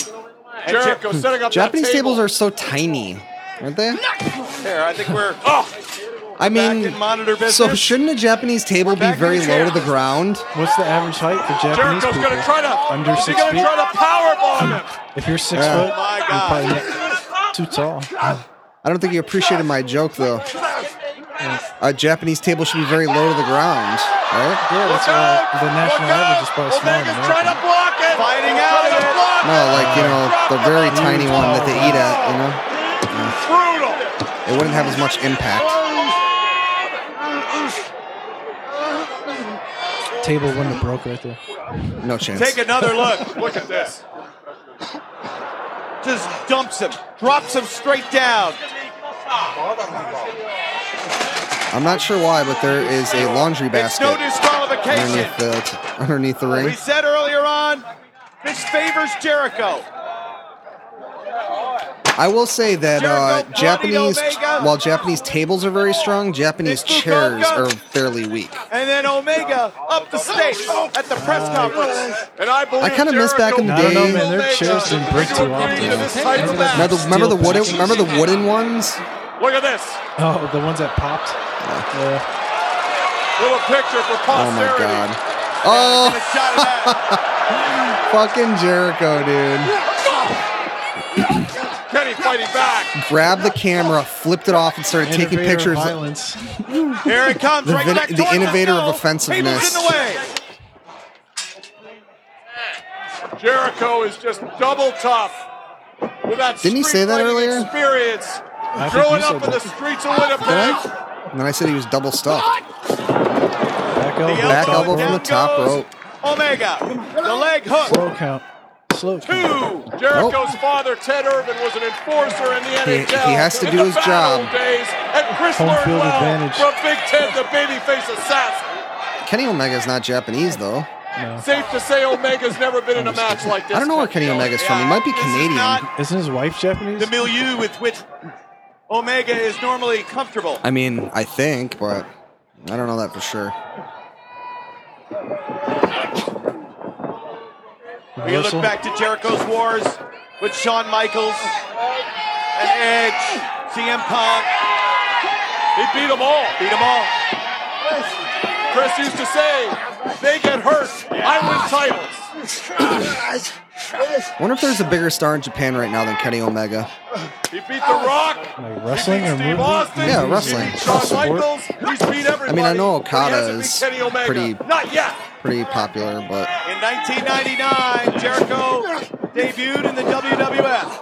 S7: And Jer-
S2: Hmm.
S3: Jericho setting up
S2: Japanese
S3: that table.
S2: tables are so tiny, aren't they?
S7: Here, I think we're
S3: Oh,
S2: I
S7: back in
S2: mean,
S7: monitor business.
S2: so shouldn't a Japanese table be
S3: Back in
S2: very
S3: the
S2: low
S3: chair.
S2: to the ground?
S1: What's the average height for Japanese
S3: Jericho's
S1: people?
S3: going to try to.
S1: Under
S3: he's
S1: six
S3: gonna
S1: feet?
S3: try to powerbomb him.
S1: If you're six
S2: Yeah.
S1: foot,
S2: Oh
S7: my
S1: you're
S7: God.
S1: probably not too tall.
S2: I don't think you appreciated my joke though. A Japanese table should be very low to the ground, right?
S1: Yeah, that's
S3: Look out!
S1: why Uh, the national
S3: Look out!
S1: average is probably smaller than
S3: Omega's trying to
S1: American.
S3: block it.
S7: Fighting
S3: He's
S7: out
S3: trying
S7: of
S3: to
S7: it.
S3: block
S2: No, like you know, the very tiny one that they eat at. You know,
S3: Brutal.
S2: it wouldn't have as much impact.
S1: Table wouldn't have broke right there.
S2: No chance.
S7: Take another look.
S3: Look at this.
S7: Just dumps him, drops him straight down.
S2: I'm not sure why, but there is a laundry
S3: It's no
S2: basket
S3: disqualification.
S2: underneath the underneath the
S7: We
S2: ring.
S7: said earlier on, this favors Jericho.
S2: I will say that uh,
S7: Jericho,
S2: Japanese,
S7: Omega.
S2: while Japanese tables are very strong, Japanese
S7: It's
S2: chairs
S7: Fukuoka.
S2: are fairly weak.
S7: And then Omega up the stakes at the press conference.
S3: And I believe
S2: I kinda miss back in the
S1: I
S2: day-
S1: don't know, man. Their chairs
S3: Omega.
S1: didn't break
S3: Did you
S1: too
S3: agree
S1: often.
S3: to this title
S1: Remember
S3: match?
S2: Now the, remember the
S1: Steel
S2: wooden,
S1: pictures.
S2: remember the wooden ones?
S3: Look at this.
S1: Oh, the ones that popped. Yeah.
S3: Little picture for
S2: Oh my
S3: posterity.
S2: god! Oh,
S7: Shot it out.
S2: fucking Jericho, dude!
S3: Kenny fighting back.
S2: Grabbed the camera, flipped it off, and started taking
S1: Innovator of
S2: pictures.
S1: Violence.
S7: Here it comes,
S2: The
S7: right
S2: vin-
S7: back
S2: the
S7: towards
S2: innovator of
S7: goal.
S2: offensiveness.
S7: Tables in the way.
S3: Jericho is just double tough. With that
S2: Didn't he
S3: street
S2: say that
S3: fighting
S2: earlier?
S3: Experience.
S1: think
S3: Growing
S1: you
S3: up
S1: said
S3: in the
S1: that.
S3: streets of
S2: Did
S3: Winnipeg.
S2: I? And then I said he was double stuffed.
S1: Back elbow.
S2: Back
S1: top
S2: elbow from the
S1: rope.
S2: top
S7: goes.
S2: rope.
S7: Omega, the leg hook.
S1: Slow count. Slow count.
S3: Two. Jericho's father, Ted Irvin, was an enforcer in the
S2: Oh. He-
S3: NHL.
S2: he has to
S3: in
S2: do
S3: the
S2: his
S3: bad
S2: job.
S3: old Days, and Chris
S1: Home
S3: learned
S1: field
S3: well
S1: advantage.
S3: from Big Ted, the babyface assassin.
S2: Kenny Omega's not Japanese though.
S3: Safe to say Omega's never been in a match like this.
S2: I don't know where Kenny Omega's from. He might be
S7: This is
S2: Canadian.
S7: not
S1: Isn't his wife Japanese?
S7: the milieu with which Omega is normally comfortable.
S2: I mean, I think, but I don't know that for sure.
S7: We look
S1: Reversal.
S7: back to Jericho's wars with Shawn Michaels and Edge, CM Punk,
S3: He beat them all.
S7: beat them all.
S3: Chris used to say, they get hurt. I win titles.
S2: Wonder if there's a bigger star in Japan right now than Kenny Omega.
S3: He beat The Rock.
S1: Like
S3: He
S1: wrestling
S3: beat
S1: or
S3: Steve
S1: movie?
S3: Austin.
S2: Yeah,
S3: He
S2: wrestling.
S3: beat Shawn
S1: Sport.
S3: Michaels. He's beat everybody.
S2: I mean, I know
S3: but he hasn't
S2: Okada
S3: beat
S2: is
S3: Kenny Omega.
S2: pretty-
S3: Not yet.
S2: Pretty popular, but
S7: In 1999, Jericho debuted in the WWF.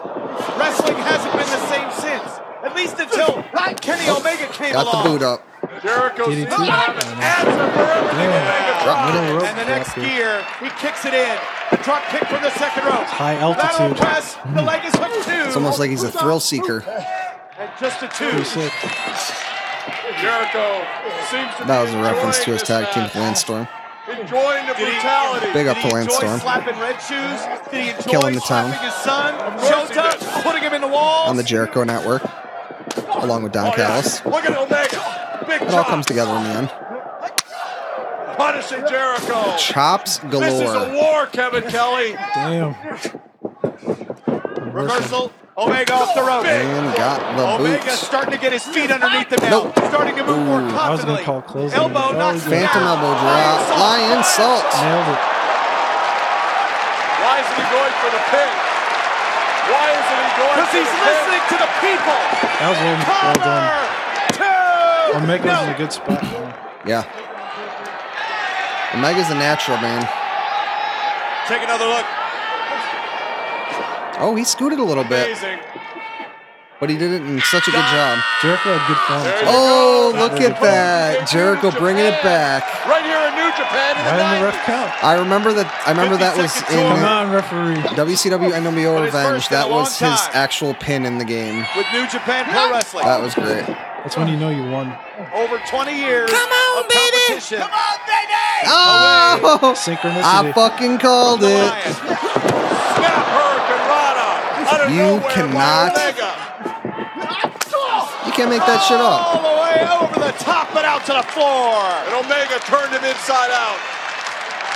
S7: Wrestling hasn't been the same since, at least until Kenny Omega came
S2: got the
S7: along.
S2: boot up.
S3: Jericho's
S1: DDT.
S3: still have an answer for everything Omega
S1: Yeah.
S3: tried.
S1: Middle rope
S7: and the next
S1: blocker.
S7: gear, he kicks it in. A drop kick from the second rope.
S1: High
S7: Lateral
S1: altitude.
S7: press. The leg is hooked two.
S2: It's almost like he's a thrill seeker.
S7: and just a two.
S1: Pretty sick.
S3: Jericho seems to
S2: That was
S3: be
S2: a reference to his
S3: enjoying
S2: tag
S3: this
S2: team
S3: match.
S2: with Landstorm.
S3: Enjoying the brutality.
S2: Big up
S7: Did
S2: to
S7: he enjoy
S2: Landstorm.
S7: slapping red shoes? Did he enjoy
S2: Killing the
S7: slapping
S2: town.
S7: his son?
S3: course
S7: Showed
S3: he
S7: up,
S3: did.
S7: putting him in the walls.
S2: on the Jericho Network, along with Don
S3: Oh, yeah.
S2: Callis.
S3: Look at Omega. Big
S2: It all comes together in the end.
S3: Punishing Jericho.
S2: Chops
S3: This is a
S2: galore.
S3: war, Kevin Kelly.
S1: Damn.
S7: Reversal. Omega off the rope.
S2: And got the
S7: Omega
S2: boots.
S7: starting to get his feet underneath him now.
S2: Nope.
S7: Starting to move more
S2: Ooh.
S7: confidently.
S2: I
S1: was gonna call close on
S7: Elbow
S1: that. That
S7: knocks
S1: was
S7: him
S1: good.
S2: Phantom
S7: down.
S2: elbow
S7: Lion
S2: drop.
S7: salt.
S2: Lion salt.
S1: Nailed it.
S3: Why isn't he going for the pin? Why isn't he going
S7: Because
S3: for
S7: he's
S3: the pin?
S7: listening to the people.
S1: That was well, well done.
S7: Cover two.
S1: Omega's
S7: No.
S1: in a good spot. now.
S2: Yeah. Omega's a natural, man.
S3: Take another look.
S2: Uh, Oh, he scooted a little bit,
S3: Amazing.
S2: but he did it in such a good job.
S1: Jericho had good fun.
S3: There you
S1: too.
S2: Oh,
S3: go.
S2: look at that. Jericho bringing it back.
S3: Right here in New Japan in the
S1: Right in the
S3: 90s.
S1: ref count.
S2: I remember that I remember that was
S1: Come
S2: in
S1: on, referee.
S2: WCW NWO
S7: But it's
S2: Revenge.
S7: first in a
S2: That
S7: long
S2: was his
S7: time.
S2: actual pin in the game.
S7: With New Japan Pro Wrestling.
S2: That was great.
S1: That's when you know you won.
S7: Over 20 years of competition.
S2: Oh!
S1: Synchronicity.
S2: I fucking called it.
S7: Lion.
S3: Snap Hurricane Rana. Out of
S2: You
S3: nowhere
S2: cannot-
S3: by Omega.
S2: You can't make that shit up.
S7: All the way over the top and out to the floor.
S3: And Omega turned him inside out.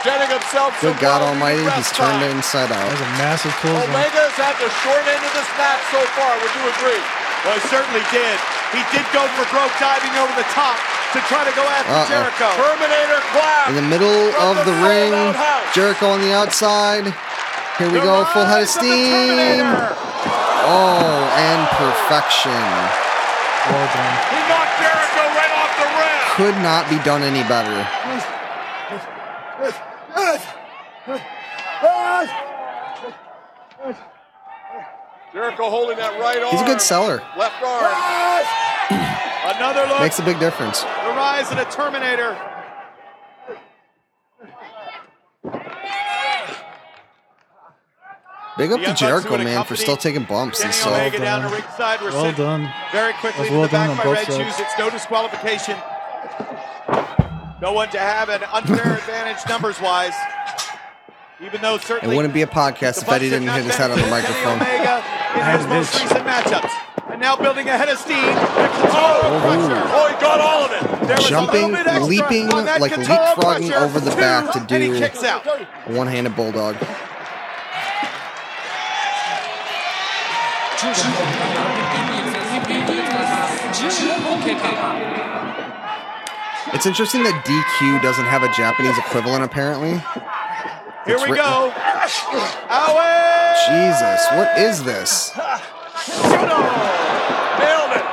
S3: Getting himself some
S2: Good God Almighty,
S3: well-needed
S2: he's
S3: rest
S2: turned
S3: time.
S2: it inside
S1: That was
S2: out.
S1: a massive clothesline.
S3: Omega's had the short end of this match so far. Would you agree?
S7: Well, he certainly did. He did go for broke diving over the top to try to go after
S2: Uh-oh.
S7: Jericho.
S3: Terminator
S2: In
S3: clap.
S2: the middle of the ring, Jericho on the outside. Here we go, full head of steam. Oh, and perfection.
S1: Well done.
S3: He knocked Jericho right off the rim.
S2: Could not be done any better.
S3: Jericho holding that right arm.
S2: He's a good seller.
S3: Left arm.
S7: Another look.
S2: Makes a big difference.
S7: The rise of the Terminator.
S2: Big up
S7: The
S2: to
S7: Young Bucks
S2: Jericho,
S7: would
S2: man, for
S7: accompany
S2: still taking bumps.
S7: Kenny
S2: He's
S1: Well
S2: so
S7: Omega down to
S1: done.
S7: ringside. We're
S1: Well
S7: sitting
S1: done.
S7: very quickly
S1: That's
S7: to
S1: well
S7: the back
S1: done
S7: by
S1: on
S7: Red
S1: both
S7: Shoes.
S1: sides.
S7: It's no disqualification. No one to have an unfair advantage numbers-wise. Even though
S2: It
S7: certainly
S2: wouldn't be a podcast if Eddie didn't hit his head on the microphone.
S7: Kenny Omega in
S1: had
S7: his
S1: a
S7: most
S1: bitch.
S7: recent matchups. And now building a head of steam. Oh, crusher.
S3: Oh, he got all of it.
S7: There was a
S2: Jumping,
S7: little bit extra
S2: leaping,
S7: on that
S2: like
S7: Katara
S2: leapfrogging
S7: crusher.
S2: over the
S7: Two,
S2: back to
S7: And
S2: do-
S7: he kicks out.
S2: One handed bulldog. It's interesting that DQ doesn't have a Japanese equivalent, apparently.
S7: Here
S2: It's
S7: we
S2: written-
S7: go. Awe!
S2: Jesus, what is this?
S3: Nailed it.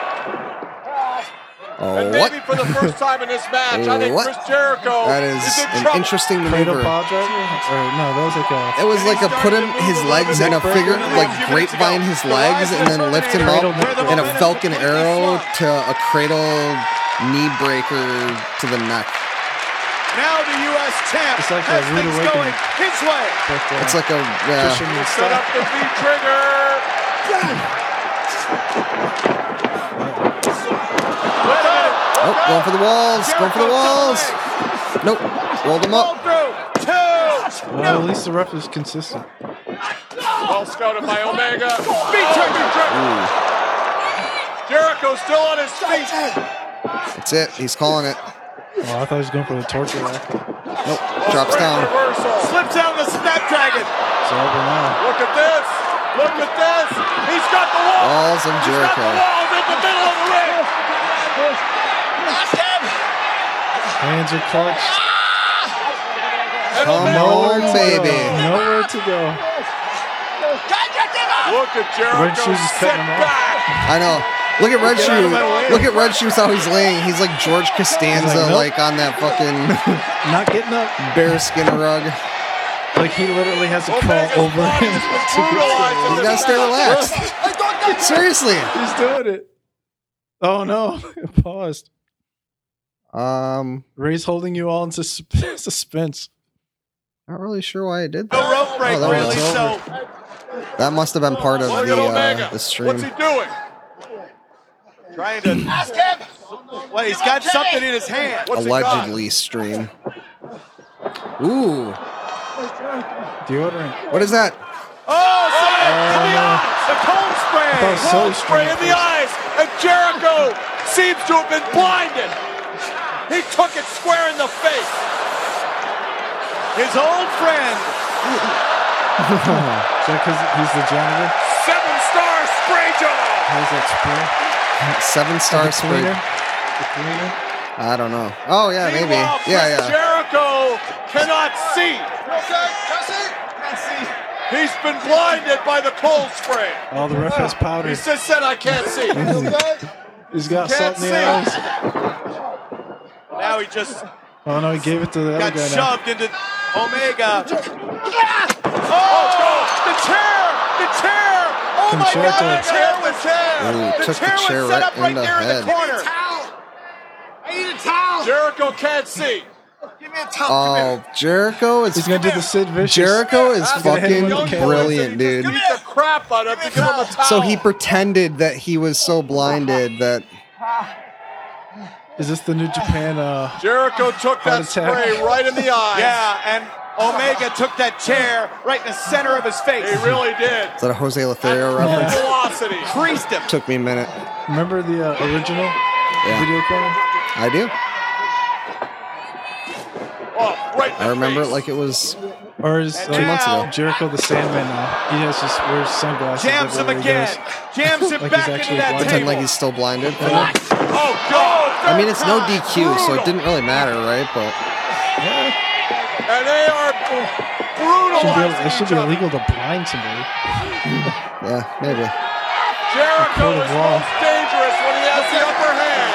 S2: Oh,
S3: And
S2: what?
S3: maybe for the first time in this match, I think
S2: What?
S3: Chris Jericho
S2: That
S3: is
S2: is
S3: in
S2: an
S3: trouble.
S2: interesting
S1: Cradle
S2: maneuver.
S1: pile driver? Or no, that was like a
S2: It was like a put him his legs in a figure like
S7: A few minutes ago,
S2: grapevine his
S7: the
S2: legs
S7: rise of
S2: and
S7: the
S2: then lift him up
S7: Terminator, where the
S2: in a
S7: momentum
S2: falcon
S7: completely
S2: arrow
S7: swung.
S2: to a cradle knee breaker to the neck.
S7: Now the U.S. champ
S1: It's like a
S7: has
S1: rude
S7: things
S1: awakening.
S7: going his way.
S1: but, uh,
S2: It's like a
S1: pushing
S2: yeah.
S1: the
S3: Set up
S1: stop.
S3: the V trigger.
S2: Oh.
S3: Look out.
S2: Oh, going for the walls, going for the walls. Nope, rolled him
S7: Pull
S2: up.
S7: through. Two.
S1: Well, at least the ref was consistent.
S3: Well scouted by Omega. V trigger. Jericho still on his feet.
S2: That's it. He's calling it.
S1: Oh, I thought he was going for the torture rack. So
S2: Nope, drops
S3: Great
S2: down.
S3: Reversal.
S7: Slips down the Snapdragon.
S1: over now.
S3: Look at this. Look at this. He's got the wall.
S2: Balls of
S3: He's got the
S2: Jericho.
S3: walls in the middle of the ring.
S1: Hands are clutched.
S3: And
S2: Come
S3: Omega-
S2: on,
S1: Nowhere to
S2: baby.
S1: go. Nowhere to go.
S3: Look at
S1: Red
S3: Jericho
S1: Shoes is
S3: sit
S1: cutting him off.
S3: back.
S2: I know. Look at Red
S1: Get out of
S2: Shoe.
S1: my way.
S2: Look at Red Shoe's how he's laying. He's like George
S1: He's like,
S2: Costanza,
S1: nope.
S2: like on that fucking
S1: Not getting up.
S2: bear skin rug.
S1: Like he literally has to
S3: Omega's
S1: crawl over
S3: body
S1: him.
S3: has been
S1: to
S3: brutalized in
S2: You
S3: this
S2: gotta stay
S3: match.
S2: relaxed. Seriously.
S1: get- He's doing it. Oh no! Paused.
S2: Um,
S1: Ray's holding you all in sus- suspense.
S2: not really sure why I did
S7: No
S2: that.
S7: rope break,
S2: Oh, that
S7: really.
S2: was
S7: So
S2: That must have been part of
S3: Look
S2: the
S3: at Omega.
S2: uh, the
S3: What's
S2: stream.
S3: he doing?
S7: trying to. Well, he's got something in his hand.
S3: What's he
S2: Allegedly stream. Ooh,
S1: Deodorant.
S2: what is that?
S3: got? Oh,
S1: Oh,
S3: somebody in the
S1: no.
S3: eyes. The cold spray.
S1: That was so
S3: cold spray in
S1: strange.
S3: the eyes. And Jericho seems to have been blinded. He took it square in the face.
S7: His old friend.
S1: Is that because he's the janitor?
S6: seven star spray job.
S1: How's that
S2: Seven
S1: spring?
S2: star
S1: The
S2: spring.
S1: cleaner? The cleaner?
S2: I don't know. Oh yeah, maybe.
S6: Meanwhile, Chris
S2: Yeah, yeah.
S6: Jericho cannot see.
S3: He's been blinded by the cold spray.
S1: All the ref has powder.
S3: He just said, I can't see.
S1: He's got salt
S3: Can't
S1: in the eyes.
S7: Now he just
S1: Oh no, he gave it to the other
S7: got
S1: guy. Now.
S7: shoved into Omega. Oh, the chair! The chair! Oh my
S1: Concerto.
S7: God! The chair was
S2: Ooh,
S7: there. The
S2: took the
S7: chair
S2: chair
S7: was
S2: right
S7: set up right
S2: in the
S7: there in
S2: head.
S7: the corner.
S3: Jericho can't see.
S2: Oh, Jericho is
S1: He's gonna do the Sid Vicious.
S2: Jericho is
S1: He's gonna hit him
S2: fucking
S1: with the cane.
S2: brilliant, dude.
S3: Beat the crap out of him to give him a towel.
S2: So he pretended that he was so blinded that
S1: Is this the New Japan? Uh,
S3: Jericho took
S1: Heart
S3: that
S1: attack.
S3: spray right in the eye.
S7: Yeah, and Omega took that chair right in the center of his face.
S3: He really did.
S2: is that a Jose Lothario reference?
S3: Velocity.
S7: creased him.
S2: Took me a minute.
S1: remember the uh, original video game?
S2: I do.
S3: Oh, right in
S2: I
S3: the
S2: remember it
S3: face.
S2: like it was.
S1: Or is uh,
S2: months ago.
S1: Jericho the Sandman now? He has just wears sunglasses.
S7: Jams him
S1: everywhere he
S7: again.
S1: goes.
S7: Jams him
S1: Like he's
S7: back into
S1: actually
S7: that
S1: blind.
S2: Pretend
S7: table.
S2: like he's still blinded.
S3: Oh, God.
S2: I mean, it's no DQ, so it didn't really matter, right? But
S3: And they are
S1: Should be able-
S3: brutalizing
S1: it should be
S3: each other.
S1: illegal to blind somebody.
S2: yeah, maybe.
S3: Jericho
S1: Code of
S3: is
S1: law.
S3: most dangerous when he has the upper hand.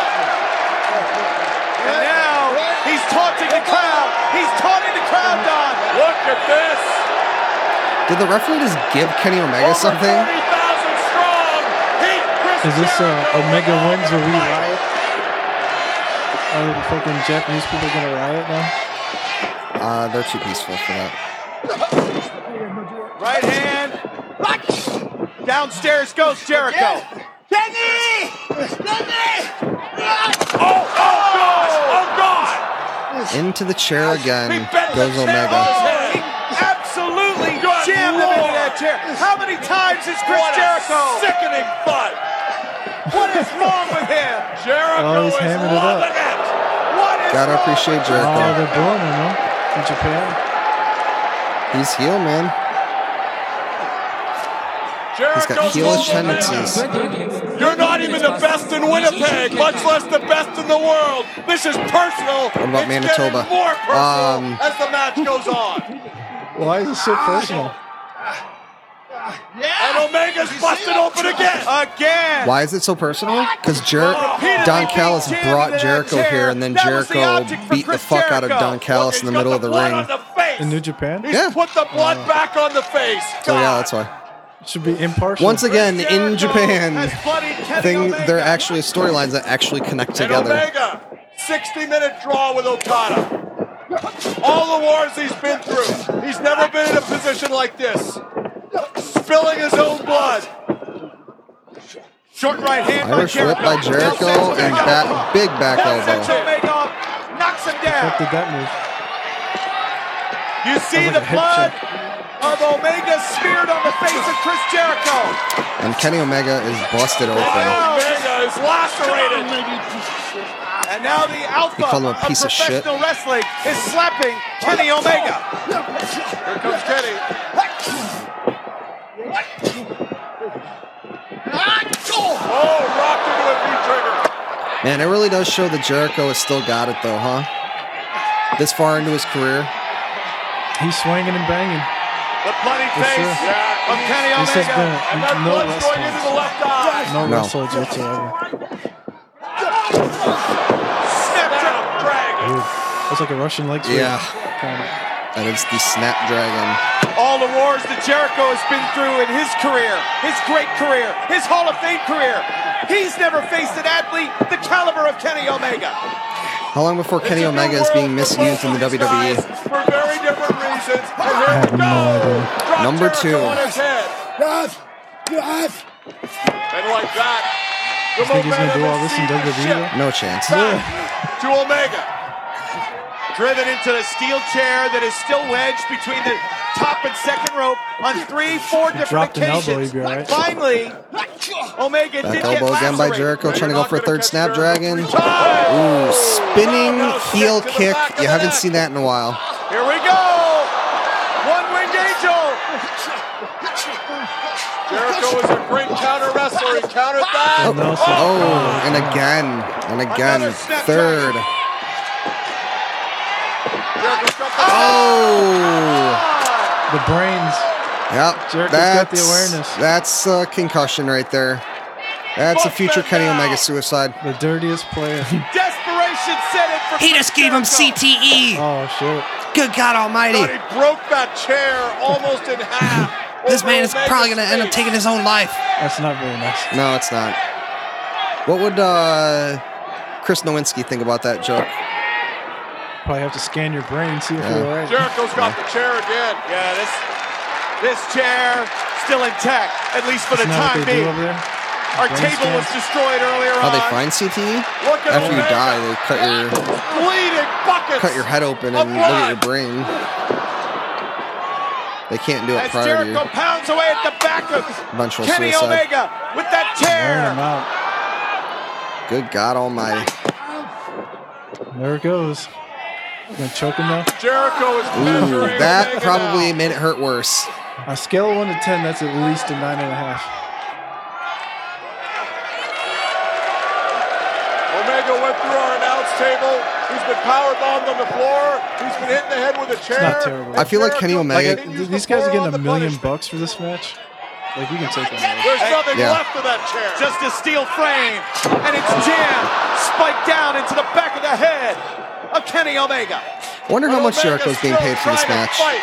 S7: And now he's taunting the crowd. He's taunting the crowd, Don.
S3: Look at this.
S2: Did the referee just give Kenny Omega
S3: Over
S2: something?
S3: 40,000 strong. He, Chris
S1: Is this uh,
S3: Jericho
S1: Omega
S3: won
S1: wins or we
S3: the fight.
S1: riot? Are the fucking Japanese people gonna riot now?
S2: Uh, they're too peaceful for that.
S7: Right hand. Downstairs goes Jericho.
S3: Oh, God.
S2: Into the chair again
S3: bent
S2: goes
S3: the chair
S2: Omega.
S3: on his
S7: He
S3: head.
S7: absolutely
S3: Good
S7: jammed him into
S3: Lord.
S7: that chair. How many times has Chris
S3: What a
S7: Jericho?
S3: sickening fight.
S7: What is wrong with him?
S3: Jericho
S1: Oh, he's
S3: is
S1: hamming it up.
S3: loving it.
S7: What is
S2: Gotta
S7: wrong
S2: appreciate
S7: with
S1: Oh,
S2: Jericho.
S1: they're blowing him, huh? In Japan.
S2: He's heel, man. He's got
S3: Jericho's
S2: heelish
S3: holding it.
S2: tendencies.
S3: You're not even the best in Winnipeg, much less the best in the world. This is personal.
S2: What about
S3: It's
S2: Manitoba?
S3: getting more personal
S2: Um,
S3: as the match goes on.
S1: Why is it so personal?
S3: And Omega's busted open again.
S7: Again.
S2: Why is it so personal? Because Jer- Don Callis brought Jericho here, and then Jericho beat the fuck out of Don Callis in the
S3: He's got
S2: middle of the
S3: blood on
S2: ring.
S3: the face.
S1: In New Japan?
S3: He's
S2: Yeah.
S3: put the blood back on the face.
S2: So yeah,
S3: God.
S2: that's why.
S1: Should be impartial.
S2: Once again,
S7: Jericho
S2: in Japan,
S7: has bloodied Kenny
S2: thing
S7: Omega.
S2: they're actually storylines that actually connect
S3: And
S2: together.
S3: Omega, 60 minute draw with Okada. All the wars he's been through, he's never been in a position like this. Spilling his own blood.
S7: Short right hand by
S2: Irish whip
S7: Jericho.
S2: by Jericho
S7: Down
S2: and
S7: sets
S2: back, big back
S7: Down sets
S2: elbow.
S7: Omega up, knocks him
S1: What
S7: down.
S1: did that move?
S7: You see
S1: That was like a
S7: the
S1: hip
S7: blood of Omega smeared on the face of Chris Jericho.
S2: And Kenny Omega is busted open.
S7: Wow.
S3: Omega is lacerated.
S7: And now the alpha
S2: called him a
S7: of
S2: piece of shit.
S7: professional wrestling is slapping Kenny Omega.
S3: Here comes Kenny. Oh, rocked into a V trigger.
S2: Man, it really does show that Jericho has still got it though, huh? This far into his career.
S1: He's swinging and banging.
S7: The bloody face
S1: sir.
S7: of Kenny
S1: This has
S7: Omega.
S3: And that
S1: been no
S3: blood's going into
S1: wrestling.
S3: the left eye.
S1: No,
S2: No.
S1: wrestles whatsoever.
S3: Snapdragon dragon.
S1: It's like a Russian leg sweep.
S2: Yeah.
S1: Kinda.
S2: That is the Snapdragon.
S7: All the wars that Jericho has been through in his career, his great career, his Hall of Fame career. He's never faced an athlete the caliber of Kenny Omega.
S2: How long before Kenny
S3: It's a new
S2: Omega is
S3: world
S2: being
S3: for
S2: misused in the E.
S3: both of these
S2: WWE?
S3: guys For very different reasons. And here
S1: have
S3: we
S1: no
S3: go.
S1: idea.
S3: Drop
S2: Number
S3: Jericho
S2: two.
S3: On his head. And like that, the
S1: Think he's gonna
S3: momentum
S1: do all
S3: is
S1: this in E?
S3: seeing
S1: WWE?
S3: shift
S2: No chance.
S3: back to Omega.
S7: driven into the steel chair that is still wedged between the top and second rope on three, four different
S1: dropped an elbow,
S7: occasions.
S1: he'd be all right.
S7: Finally, Omega did
S2: Back
S7: get
S2: elbow again by
S7: lacerated.
S2: Jericho, trying to go for a third Snapdragon.
S3: Time.
S2: Ooh, spinning heel kick. You haven't seen that in a while.
S7: Here we go. One winged angel.
S3: Jericho is a great counter wrestler. He countered that.
S1: And Nelson.
S2: Oh, and again, and again, third.
S3: Jericho's got the
S2: Oh,
S1: The brains.
S2: yep.
S1: Jericho's got the awareness.
S2: That's a concussion right there. That's a future Kenny Omega suicide.
S1: The dirtiest player.
S7: Desperation set in for Chris Jericho.
S5: CTE.
S1: Oh shit.
S5: Good God
S3: God,
S5: Almighty.
S3: he broke that chair almost in half. over Omega's face.
S5: his own life.
S1: That's not very nice.
S2: No, it's not. What would uh, Chris Nowinski think about that joke?
S1: Probably have to scan your brain, see if you're all right.
S3: Jericho's got the chair again.
S7: Yeah, this this chair still intact, at least for the
S1: Isn't that
S7: time
S1: what they do
S7: being.
S1: over there?
S7: Our
S1: Brain
S7: table
S1: scans?
S7: was destroyed earlier
S2: How
S7: on.
S2: they find CTE?
S3: Look at
S2: After you
S3: Omega.
S2: die, they cut your
S3: Bleeding buckets.
S2: cut your head open and look at your brain. They can't do it
S7: As
S2: prior to
S7: Jericho
S2: your
S7: pounds away at the back of
S2: eventual
S7: Kenny
S2: suicide.
S7: Omega with that
S1: Burn
S7: chair.
S1: him out.
S2: Good God Almighty!
S1: There it goes. Gonna choke him though.
S3: Jericho is
S2: Ooh,
S3: measuring
S2: that
S3: Omega
S2: probably
S3: now.
S2: made it hurt worse.
S1: On a scale of one to ten, that's at least a nine and a half.
S3: Omega went through our announce table. He's been powerbombed on the floor. He's been hit in the head with a chair.
S1: not terrible.
S2: I feel like Kenny
S3: Jericho
S2: Omega-
S1: Th-
S3: continues
S1: These
S3: to
S1: guys are
S3: pour
S1: getting
S3: on
S1: a
S3: the
S1: million
S3: punishment.
S1: bucks for this match. Like we can take them.
S3: There's nothing
S2: Yeah.
S3: left of that chair.
S7: Just a steel frame, and it's jammed, spiked down into the back of the head of Kenny Omega.
S2: Wonder how much
S3: Omega's
S2: Jericho's being
S3: still
S2: paid for this
S3: trying to
S2: match.
S3: fight.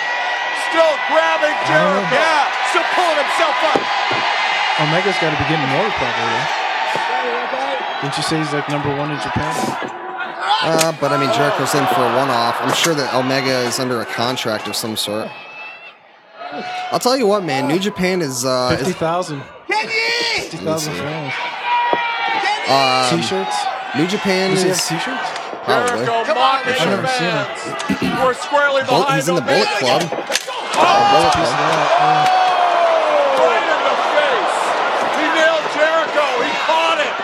S3: Still grabbing Jericho.
S7: Yeah, still pulling himself up.
S1: Omega's got to be getting more probably. Right? Didn't you say he's like number one in Japan?
S2: Uh, but I mean, Jericho's in for a one-off. I'm sure that Omega is under a contract of some sort. I'll tell you what, man. New Japan is uh,
S1: Fifty
S2: is,
S1: thousand. Fifty thousand
S2: see.
S1: fans.
S2: um,
S1: T-shirts.
S2: New Japan
S1: Does he have
S2: is
S1: T-shirts?
S2: probably.
S3: Jericho mocking
S1: I've
S3: the
S1: never seen him.
S3: fans. We're squarely
S2: Bullet,
S3: behind
S2: he's in the Bullet
S3: Omega.
S2: Club. Bullet Club.
S3: Right in the face. He nailed Jericho. He caught it.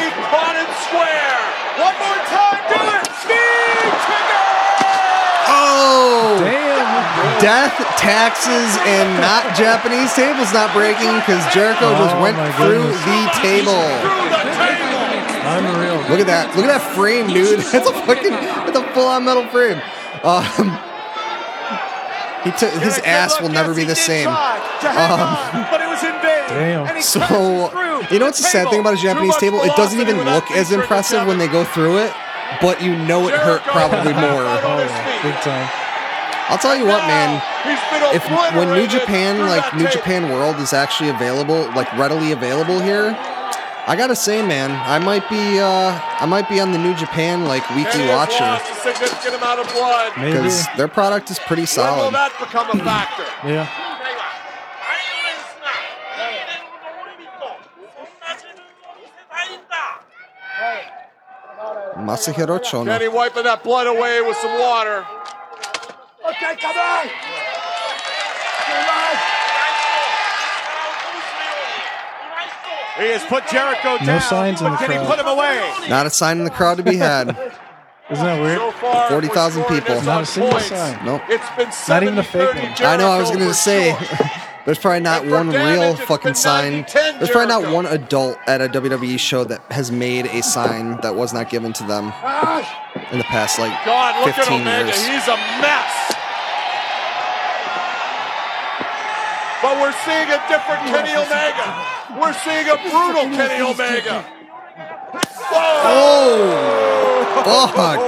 S3: He caught it square. One more time. Do it. Speed trigger.
S2: Oh!
S1: Damn.
S2: Death, taxes, and not Japanese tables not breaking because Jericho just
S1: Oh
S2: went
S1: my
S2: through
S1: goodness.
S2: the table.
S3: Through the table.
S1: Unreal.
S2: Look at that! Look at that frame, dude. That's a fucking, that's a full-on metal frame. Um, he took his
S7: Good
S2: ass
S7: luck.
S2: will never
S7: Yes,
S2: be
S7: he
S2: the
S7: did
S2: same. Um,
S7: try to hang on, but it was in vain.
S1: Damn.
S7: And he
S2: So,
S7: crashes through
S2: you know
S7: the
S2: what's the sad thing about a
S7: table.
S2: Japanese
S3: much
S2: table? It doesn't even
S3: velocity
S2: look
S3: without
S2: as
S3: being
S2: impressive when they go through it, but you know it hurt probably more.
S1: Oh, yeah. big time.
S2: I'll tell you what, man.
S3: He's been
S2: if when New
S3: obliterated
S2: Japan,
S3: through
S2: like
S3: that
S2: New
S3: table.
S2: Japan World, is actually available, like readily available here, I gotta say, man, I might be, uh, I might be on the New Japan like
S3: Kenny
S2: weekly
S3: has
S2: watcher
S3: lost a significant amount of blood. When
S1: Maybe.
S2: because their product is pretty
S3: will
S2: solid.
S3: that become a factor?
S1: Yeah.
S4: 今回はアイドレスな人間のオリビットそんな自分を見せたいんだ
S2: Masahiro Chono.
S3: Kenny wiping that blood away with some water.
S5: Okay, come on.
S7: He has put Jericho down.
S1: No signs in
S7: but
S1: the
S7: can he
S1: crowd.
S7: put him away?
S2: Not a sign in the crowd to be had.
S1: Isn't that weird?
S3: So far,
S2: 40,000
S3: we're scoring
S2: people.
S3: this
S1: Not
S3: on
S1: a single
S3: points.
S1: sign.
S2: Nope.
S3: It's been 70,
S1: Not even a fake one.
S2: I know. I was gonna say,
S3: Sure.
S2: there's probably not
S3: And for
S2: one
S3: damage,
S2: real
S3: it's been
S2: fucking sign.
S3: 90-10
S2: There's probably not
S3: Jericho.
S2: one adult at a WWE show that has made a sign that was not given to them in the past like
S3: God, look at
S2: 15
S3: Omega.
S2: years.
S3: He's a mess. But we're seeing a different Kenny Omega. We're seeing a brutal Kenny Omega. Whoa!
S2: Oh, fuck!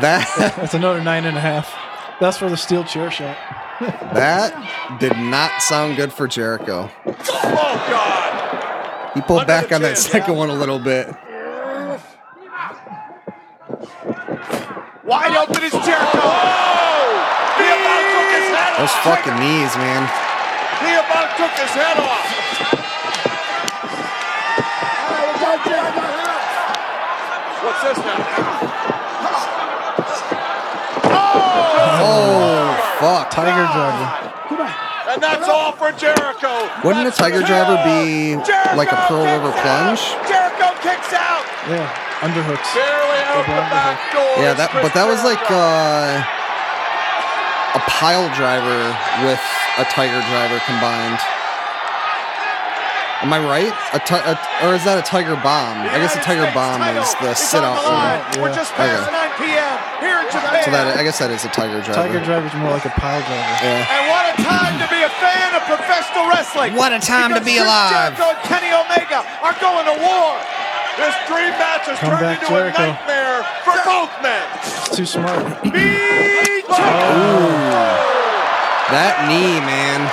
S2: That
S1: That's another nine and a half. That's for the steel chair shot.
S2: that did not sound good for Jericho.
S3: Oh, God.
S2: He pulled
S3: Under
S2: back
S3: the
S2: on that
S3: chin.
S2: second one a little bit.
S7: Wide open is Jericho.
S3: Oh! He about took his head
S2: Those
S3: off.
S2: fucking knees, man.
S3: He about took his head off. What's this now?
S2: Oh, fuck!
S1: Tiger
S3: Ah.
S1: driver.
S3: And that's all for Jericho.
S2: Wouldn't a
S3: That's
S2: tiger
S3: it.
S2: driver be like a pearl over plunge?
S7: Jericho kicks out.
S1: Yeah. Underhooks.
S3: Barely out the back door.
S2: Yeah,
S3: is
S2: that.
S3: Chris
S2: But that was like
S3: Jericho.
S2: uh, a pile driver with a tiger driver combined. Am I right? A ti- a- or is that a Tiger Bomb? uh, I guess a Tiger Bomb is the sit out one.
S3: We're just past
S2: Okay.
S3: 9 p.m. here in Japan.
S2: So that I guess that is a Tiger Driver.
S1: Tiger Driver's more like a pile driver.
S2: Yeah.
S3: And what a time to be a fan of professional wrestling.
S8: What a time to
S3: Because
S8: be
S3: Chris
S8: alive.
S3: Jericho and Kenny Omega are going to war.
S6: This dream match has
S1: Come
S6: turned
S1: back,
S6: into
S1: Jericho.
S6: a nightmare for both men.
S1: It's too smart.
S6: Beat
S1: Oh.
S2: That knee, man.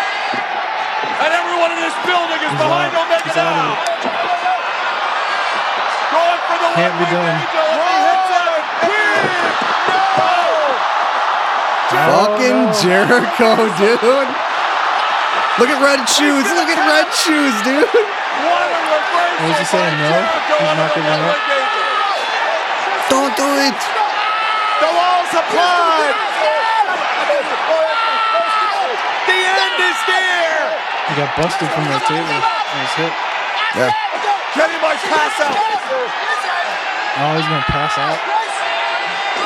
S6: And everyone in this building is behind
S1: out.
S6: Omega
S1: He's out of
S6: now. Going for the
S1: Can't be
S6: one-legged
S1: done.
S6: angel, and he hits it. Big no!
S2: Fucking
S1: Oh,
S2: Jericho, dude. Look at red shoes. Look at red shoes, dude.
S6: What a reversal
S1: Was he
S6: by
S1: saying no?
S6: Jericho
S1: He's
S6: on
S1: not giving
S6: Omega.
S1: up?
S2: Don't do it.
S3: The walls applaud. The end is near.
S1: He got busted from that table. And his hip.
S2: Yeah.
S3: Kenny might pass out.
S1: Oh, he's gonna pass out.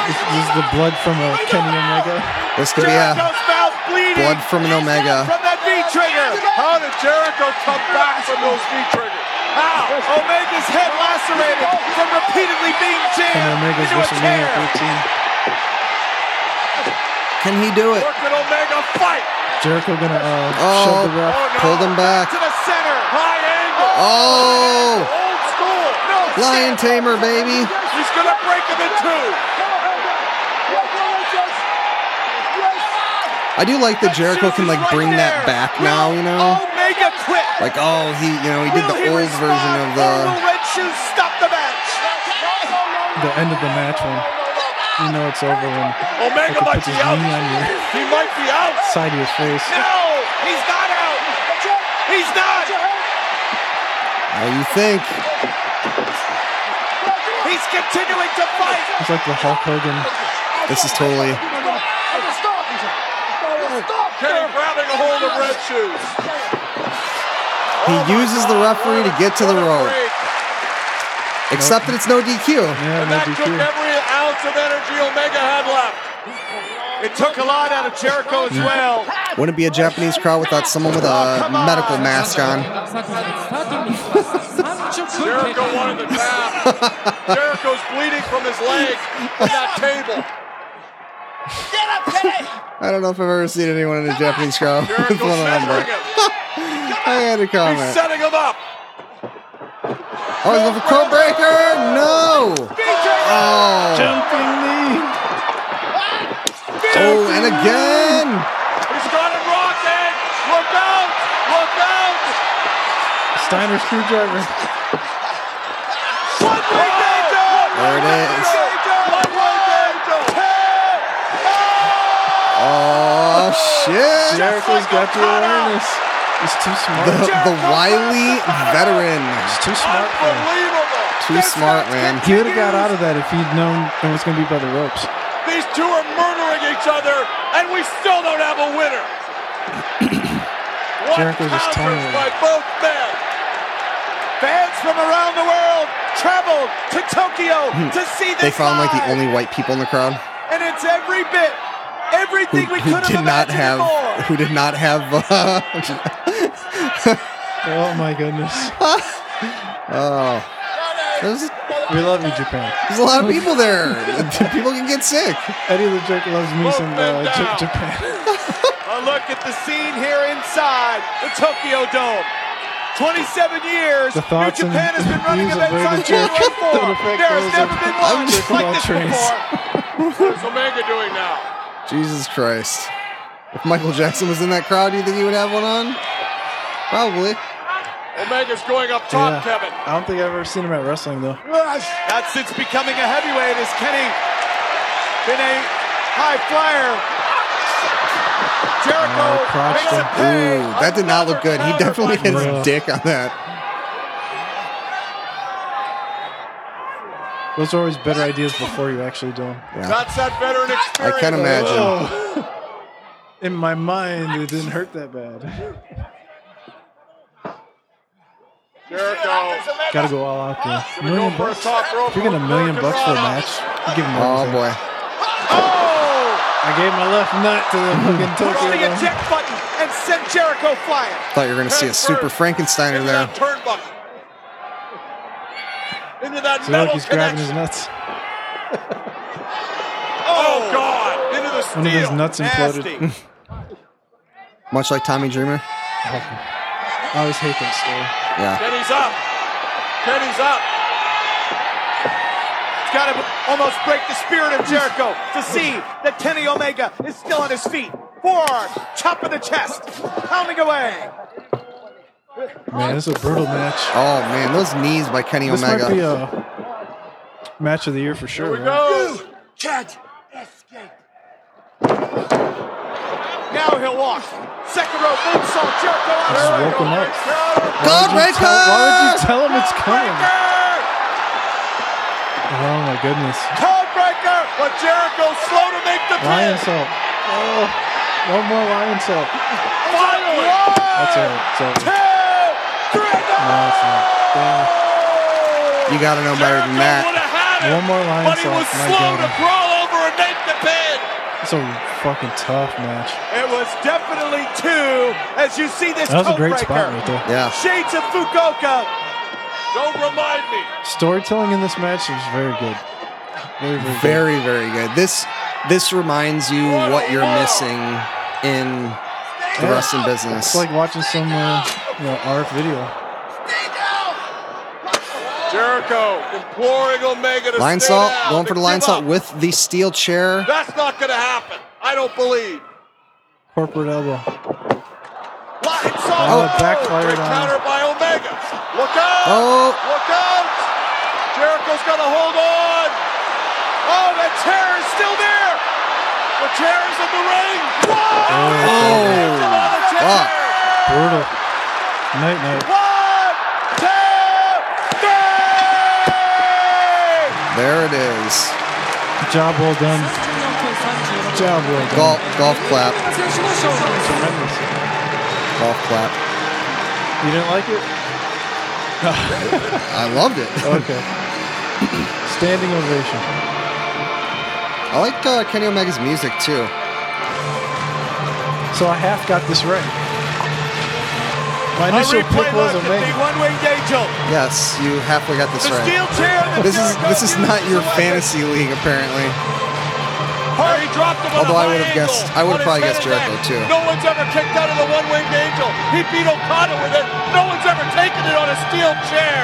S1: This, this is the blood from a Kenny Omega.
S2: This could be a
S3: Jericho's mouth bleeding
S2: blood from an Omega.
S3: from that V trigger.
S6: How did Jericho come back from those knee triggers?
S3: How? Omega's head lacerated from repeatedly being
S1: Kenny
S3: jammed
S1: Omega's
S3: into a
S1: WrestleMania
S3: chair.
S1: 13.
S2: Can he do it?
S6: Look at Omega fight.
S1: Jericho gonna uh,
S2: Oh.
S1: shove the ref.
S2: Pulled him back.
S3: To the center.
S6: High angle.
S2: Oh,
S6: Old school. No.
S2: Lion Tamer, baby.
S6: He's going to break him in two.
S2: I do like that Jericho can like bring that back now, you know?
S3: Omega quit.
S2: Like, oh, he, you know, he did the
S3: Will
S2: old
S3: he respond,
S2: version of uh,
S3: or
S2: the.
S3: will Red Shoes stop the match?
S1: The end of the match when you know it's over when
S6: Omega
S1: Fucking
S6: might
S1: puts
S6: be
S1: his
S6: out.
S1: knee on you.
S6: He might be out.
S1: side of your face.
S3: No, he's not out. He's not.
S2: How oh, you think?
S3: He's continuing to fight.
S1: It's like the Hulk Hogan.
S2: This is totally.
S6: Kenny grabbing a hold of Red Shoes. Oh
S2: He uses the referee to get to the rope, except that it's no DQ.
S1: Yeah,
S6: And
S1: no
S6: that took
S1: DQ.
S6: every ounce of energy Omega had left.
S3: It took a lot out of Jericho as well.
S2: Wouldn't be a Japanese crowd without someone with a medical mask on.
S6: Jericho wanted the tap. Jericho's bleeding from his leg from that table.
S2: I don't know if I've ever seen anyone in a Japanese crowd with
S6: Jericho's
S2: one
S6: measuring
S2: number.
S6: him.
S2: I had a
S6: He's
S2: comment.
S6: setting him up.
S2: Oh, he's going for code breaker. No. Oh.
S1: Jumping knee.
S2: Oh, and again.
S6: He's got him rocked in. Look out! Look out!
S1: Steiner screwdriver.
S6: One angel!
S2: There it is.
S6: One angel!
S2: Oh shit.
S1: Jericho's got to learn this. He's too smart.
S2: The, the wily veteran.
S1: He's too smart. Man.
S6: Unbelievable!
S2: Too smart, man.
S1: He would have got out of that if he'd known it was gonna be by the ropes.
S6: These two are murdering each other, and we still don't have a winner. What
S1: Jericho just
S6: counters
S1: turned.
S6: by both men.
S3: Fans from around the world traveled to Tokyo to see this.
S2: Hmm. They found like the
S3: live.
S2: only white people in the crowd
S3: and it's every bit,
S2: who,
S3: everything we
S2: who
S3: could
S2: did
S3: have
S2: not
S3: imagined and
S2: have
S3: more.
S2: who did not have. Uh,
S1: Oh my goodness.
S2: there's,
S1: We love you, Japan.
S2: there's a lot of people there. people can get sick.
S1: Eddie the Jerk loves me some uh, J- Japan.
S3: A look at the scene here inside the Tokyo Dome. 27 years,
S1: The thoughts
S3: New Japan
S1: and
S3: has been running
S1: views of
S3: events on
S1: Raven Jack
S3: January 4.
S1: affect
S3: There has
S1: those
S3: never
S1: of-
S3: been
S1: I'm
S3: one
S1: just
S3: like
S1: about
S3: this
S1: trains.
S3: before.
S6: What is Omega doing now?
S2: Jesus Christ. If Michael Jackson was in that crowd, do you think he would have one on? Probably.
S6: Omega's going up top, Kevin.
S1: I don't think I've ever seen him at wrestling though.
S3: Not since becoming a heavyweight has Kenny been a high flyer. Jericho
S1: Oh, crotch
S3: makes a
S1: dump.
S3: pay.
S2: Ooh, that did not look good. He definitely hit
S1: Bro.
S2: his dick on that.
S1: Those are always better ideas before you actually do them.
S2: Yeah,
S6: That's that veteran
S2: I
S6: experience.
S2: can imagine.
S1: Oh. In my mind, it didn't hurt that bad.
S6: Jericho.
S1: Gotta go all out there.
S6: We go
S1: Million
S6: for a
S1: bucks.
S6: top rope.
S2: Uh,
S1: If you're getting a million bucks for a match, you give him
S2: Oh
S1: everything.
S2: boy.
S6: Oh!
S1: I gave my left nut to the fucking Tokyo.
S7: Pushing
S1: Dome.
S7: eject button and sent Jericho flying.
S2: Thought you were going to see a super Frankensteiner
S3: Into
S2: there.
S3: that turnbuckle. Into that metal
S1: Sunoki's grabbing his
S3: connection.
S1: nuts.
S3: Oh, God. Into the steel.
S1: One of his nuts imploded.
S7: Nasty.
S2: Much like Tommy Dreamer.
S1: I always hate that story.
S2: Yeah.
S3: Kenny's up. Kenny's up.
S7: It's got to almost break the spirit of Jericho to see that Kenny Omega is still on his feet. Forearm, chop of the chest, pounding away.
S1: Man, this is a brutal match.
S2: Oh, man. Those knees by Kenny
S1: This might be
S2: Omega.
S1: a match of the year for sure.
S3: Here we
S1: right?
S3: go.
S5: Can't escape.
S7: Now he'll walk. Second row moonsault, Jericho on
S1: Just woke him up. Why would you tell- Why would
S2: Godbreaker!
S1: you tell him it's coming? Oh my goodness.
S7: Codebreaker, but Jericho slow to make the
S1: Lion
S7: pin.
S1: salt. Oh, one more lion salt.
S7: Finally,
S1: That's it. So,
S7: two, three,
S1: no, it's not. Damn
S2: You got to know better than
S3: Jericho
S2: that.
S3: would have had
S1: it.
S3: it.
S1: One more lion
S3: But he
S1: salt.
S3: was
S1: My
S3: slow to
S1: God.
S3: crawl over and make the pin.
S1: It's a fucking tough match.
S7: It was definitely two as you see this
S1: That was a great
S7: codebreaker.
S1: spot right there.
S2: Yeah.
S7: Shades of Fukuoka.
S3: Don't remind me.
S1: Storytelling in this match is very good. Very, very, good.
S2: Very, very good. This this reminds you what you're missing in the wrestling business.
S1: It's like watching some uh, you know, RF video.
S3: Jericho imploring Omega to
S2: Line
S3: stay
S2: salt,
S3: down,
S2: going
S3: to
S2: for the
S3: give
S2: line salt
S3: up.
S2: with the steel chair.
S3: That's not going to happen. I don't believe.
S1: Corporate elbow.
S3: Line salt.
S1: Oh, it backfired
S3: Great
S1: on-
S3: counter by Omega. Look out.
S2: Oh,
S3: Look out. Jericho's got to hold on. Oh, the chair is still there. The chair is in the ring. One.
S2: oh,
S3: The chair.
S2: fuck.
S1: Brutal. Night night.
S7: One, two, three.
S2: There it is.
S1: Job well done. Job well done.
S2: Golf, golf clap,
S1: Tremendous.
S2: golf clap.
S1: You didn't like it?
S2: I loved it.
S1: Okay. Standing ovation.
S2: I like uh, Kenny Omega's music too.
S1: So I half got this right. My
S7: A
S1: initial
S7: replay
S1: pick was
S7: left at the
S1: Omega.
S7: one-winged angel.
S2: Yes, you halfway got this
S7: The
S2: right.
S7: steel chair. that
S2: This is
S7: Jericho
S2: this is
S7: used
S2: not your
S7: to
S2: fantasy league apparently.
S3: Hardy dropped him on
S2: Although I
S3: a high
S2: would've
S3: angle
S2: guessed- I would've
S3: on his
S2: probably
S3: head
S2: guessed
S3: and neck.
S2: Jericho, too.
S3: No one's ever kicked out of the one-winged angel. He beat Okada with it. No one's ever taken it on a steel chair.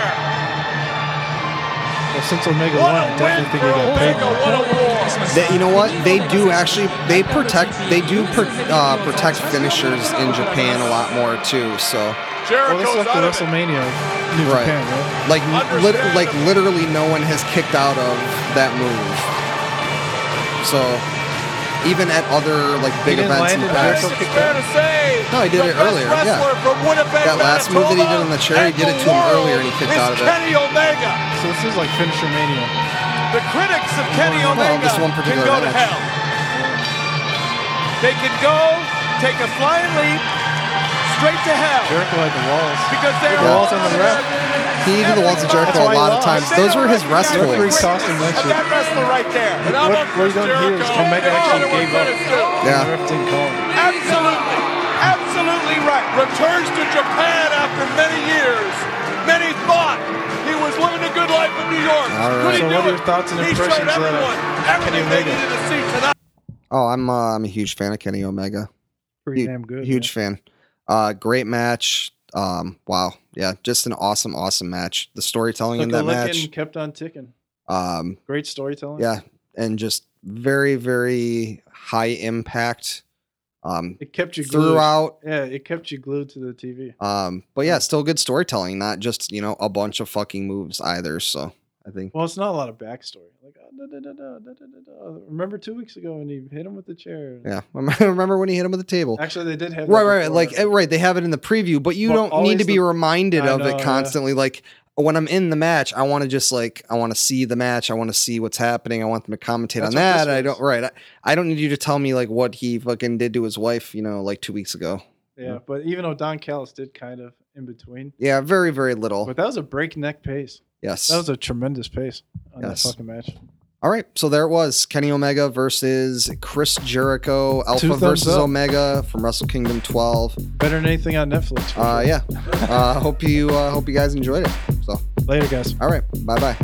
S1: Well, since Omega
S3: What
S1: won, I
S3: a win
S1: definitely think he
S3: for
S1: got paid.
S3: Omega. What a war.
S2: That you know what they do actually they protect they do pr uh, protect finishers in Japan a lot more too. So
S1: Well,
S3: Jericho's
S1: it's like the
S3: out of it.
S1: WrestleMania of New
S2: right,
S1: Japan, right?
S2: like lit- like literally no one has kicked out of that move. So even at other like big
S1: didn't
S2: events in
S1: land
S2: the
S1: in
S2: past,
S1: Jericho.
S3: It's fair to say.
S2: No, he did it
S3: the best
S2: earlier, yeah.
S3: wrestler From Winnipeg,
S2: That last move that he did on the chair, he
S3: Manitoba,
S2: did it
S3: and
S2: to him
S3: the
S2: earlier and he kicked
S3: world
S2: out of
S3: is
S2: it.
S3: Kenny Omega.
S1: So this is like finisher mania.
S7: The critics of Kenny
S2: no,
S7: Omega
S2: just one
S7: can
S2: particular
S7: go to
S2: match.
S7: hell. They can go, take a flying leap, straight to hell.
S1: Jericho had the walls.
S7: Because they
S2: Yeah.
S7: are
S1: Walls on the ref.
S2: he did the walls of
S1: That's
S2: Jericho
S1: why he
S2: a lot of
S1: lost.
S2: times. Those were his rest
S1: Jericho
S2: holds.
S1: tossed him next
S7: Of
S1: year.
S7: that wrestler right there.
S3: And I'm
S1: What
S3: up
S1: we're
S3: for
S1: doing here is
S3: Jericho.
S1: Omega actually
S3: Everyone
S1: gave up.
S3: credits him.
S1: The
S2: Yeah,
S1: ref didn't call him.
S7: Absolutely, absolutely right.
S3: Returns to Japan after many years. Many thought he was living a good life in New York.
S2: All right.
S1: So
S3: Could he
S1: what are
S3: do it?
S1: your thoughts and
S3: He showed
S1: impressions of
S3: everyone everything they
S1: Omega?
S3: needed to see tonight.
S2: Oh, I'm uh, I'm a huge fan of Kenny Omega.
S1: Pretty
S2: Hu-
S1: damn good.
S2: Huge fan. Uh, great match. Um, wow. Yeah, just an awesome, awesome match. The storytelling
S1: man.
S2: in
S1: Took a
S2: that
S1: lick
S2: match.
S1: and kept on ticking.
S2: Um,
S1: Great storytelling.
S2: yeah, and just very, very high impact. Um,
S1: It kept you glued.
S2: throughout.
S1: Yeah, it kept you glued to the TV.
S2: Um, but yeah, still good storytelling, not just you know a bunch of fucking moves either. So I think
S1: Well, it's not a lot of backstory. Like, oh, da, da, da, da, da, da, da, da. remember two weeks ago when he hit him with the chair?
S2: yeah. Remember when he hit him with the table?
S1: Actually, they did have
S2: right
S1: that
S2: right right,
S1: before.
S2: like eh, right they have it in the preview but you
S1: But
S2: don't need
S1: always
S2: to be
S1: the-
S2: reminded
S1: I
S2: of
S1: know,
S2: it
S1: yeah.
S2: constantly like when i'm in the match i want to just like i want to see the match i want to see what's happening i want them to commentate
S1: That's
S2: on
S1: what this
S2: that i
S1: was.
S2: don't right I, I don't need you to tell me like what he fucking did to his wife you know like two weeks ago
S1: Yeah, but even though Don Callis did kind of in between,
S2: yeah very very little
S1: but that was a breakneck pace.
S2: yes
S1: That was a tremendous pace on
S2: Yes.
S1: that fucking match.
S2: All right, so there it was: Kenny Omega versus Chris Jericho, Alpha
S1: thumbs
S2: versus
S1: up.
S2: Omega from Wrestle Kingdom 12.
S1: Better than anything on Netflix.
S2: Uh, yeah, uh, hope you uh, hope you uh, guys enjoyed it. So,
S1: Later, guys.
S2: all right, bye bye.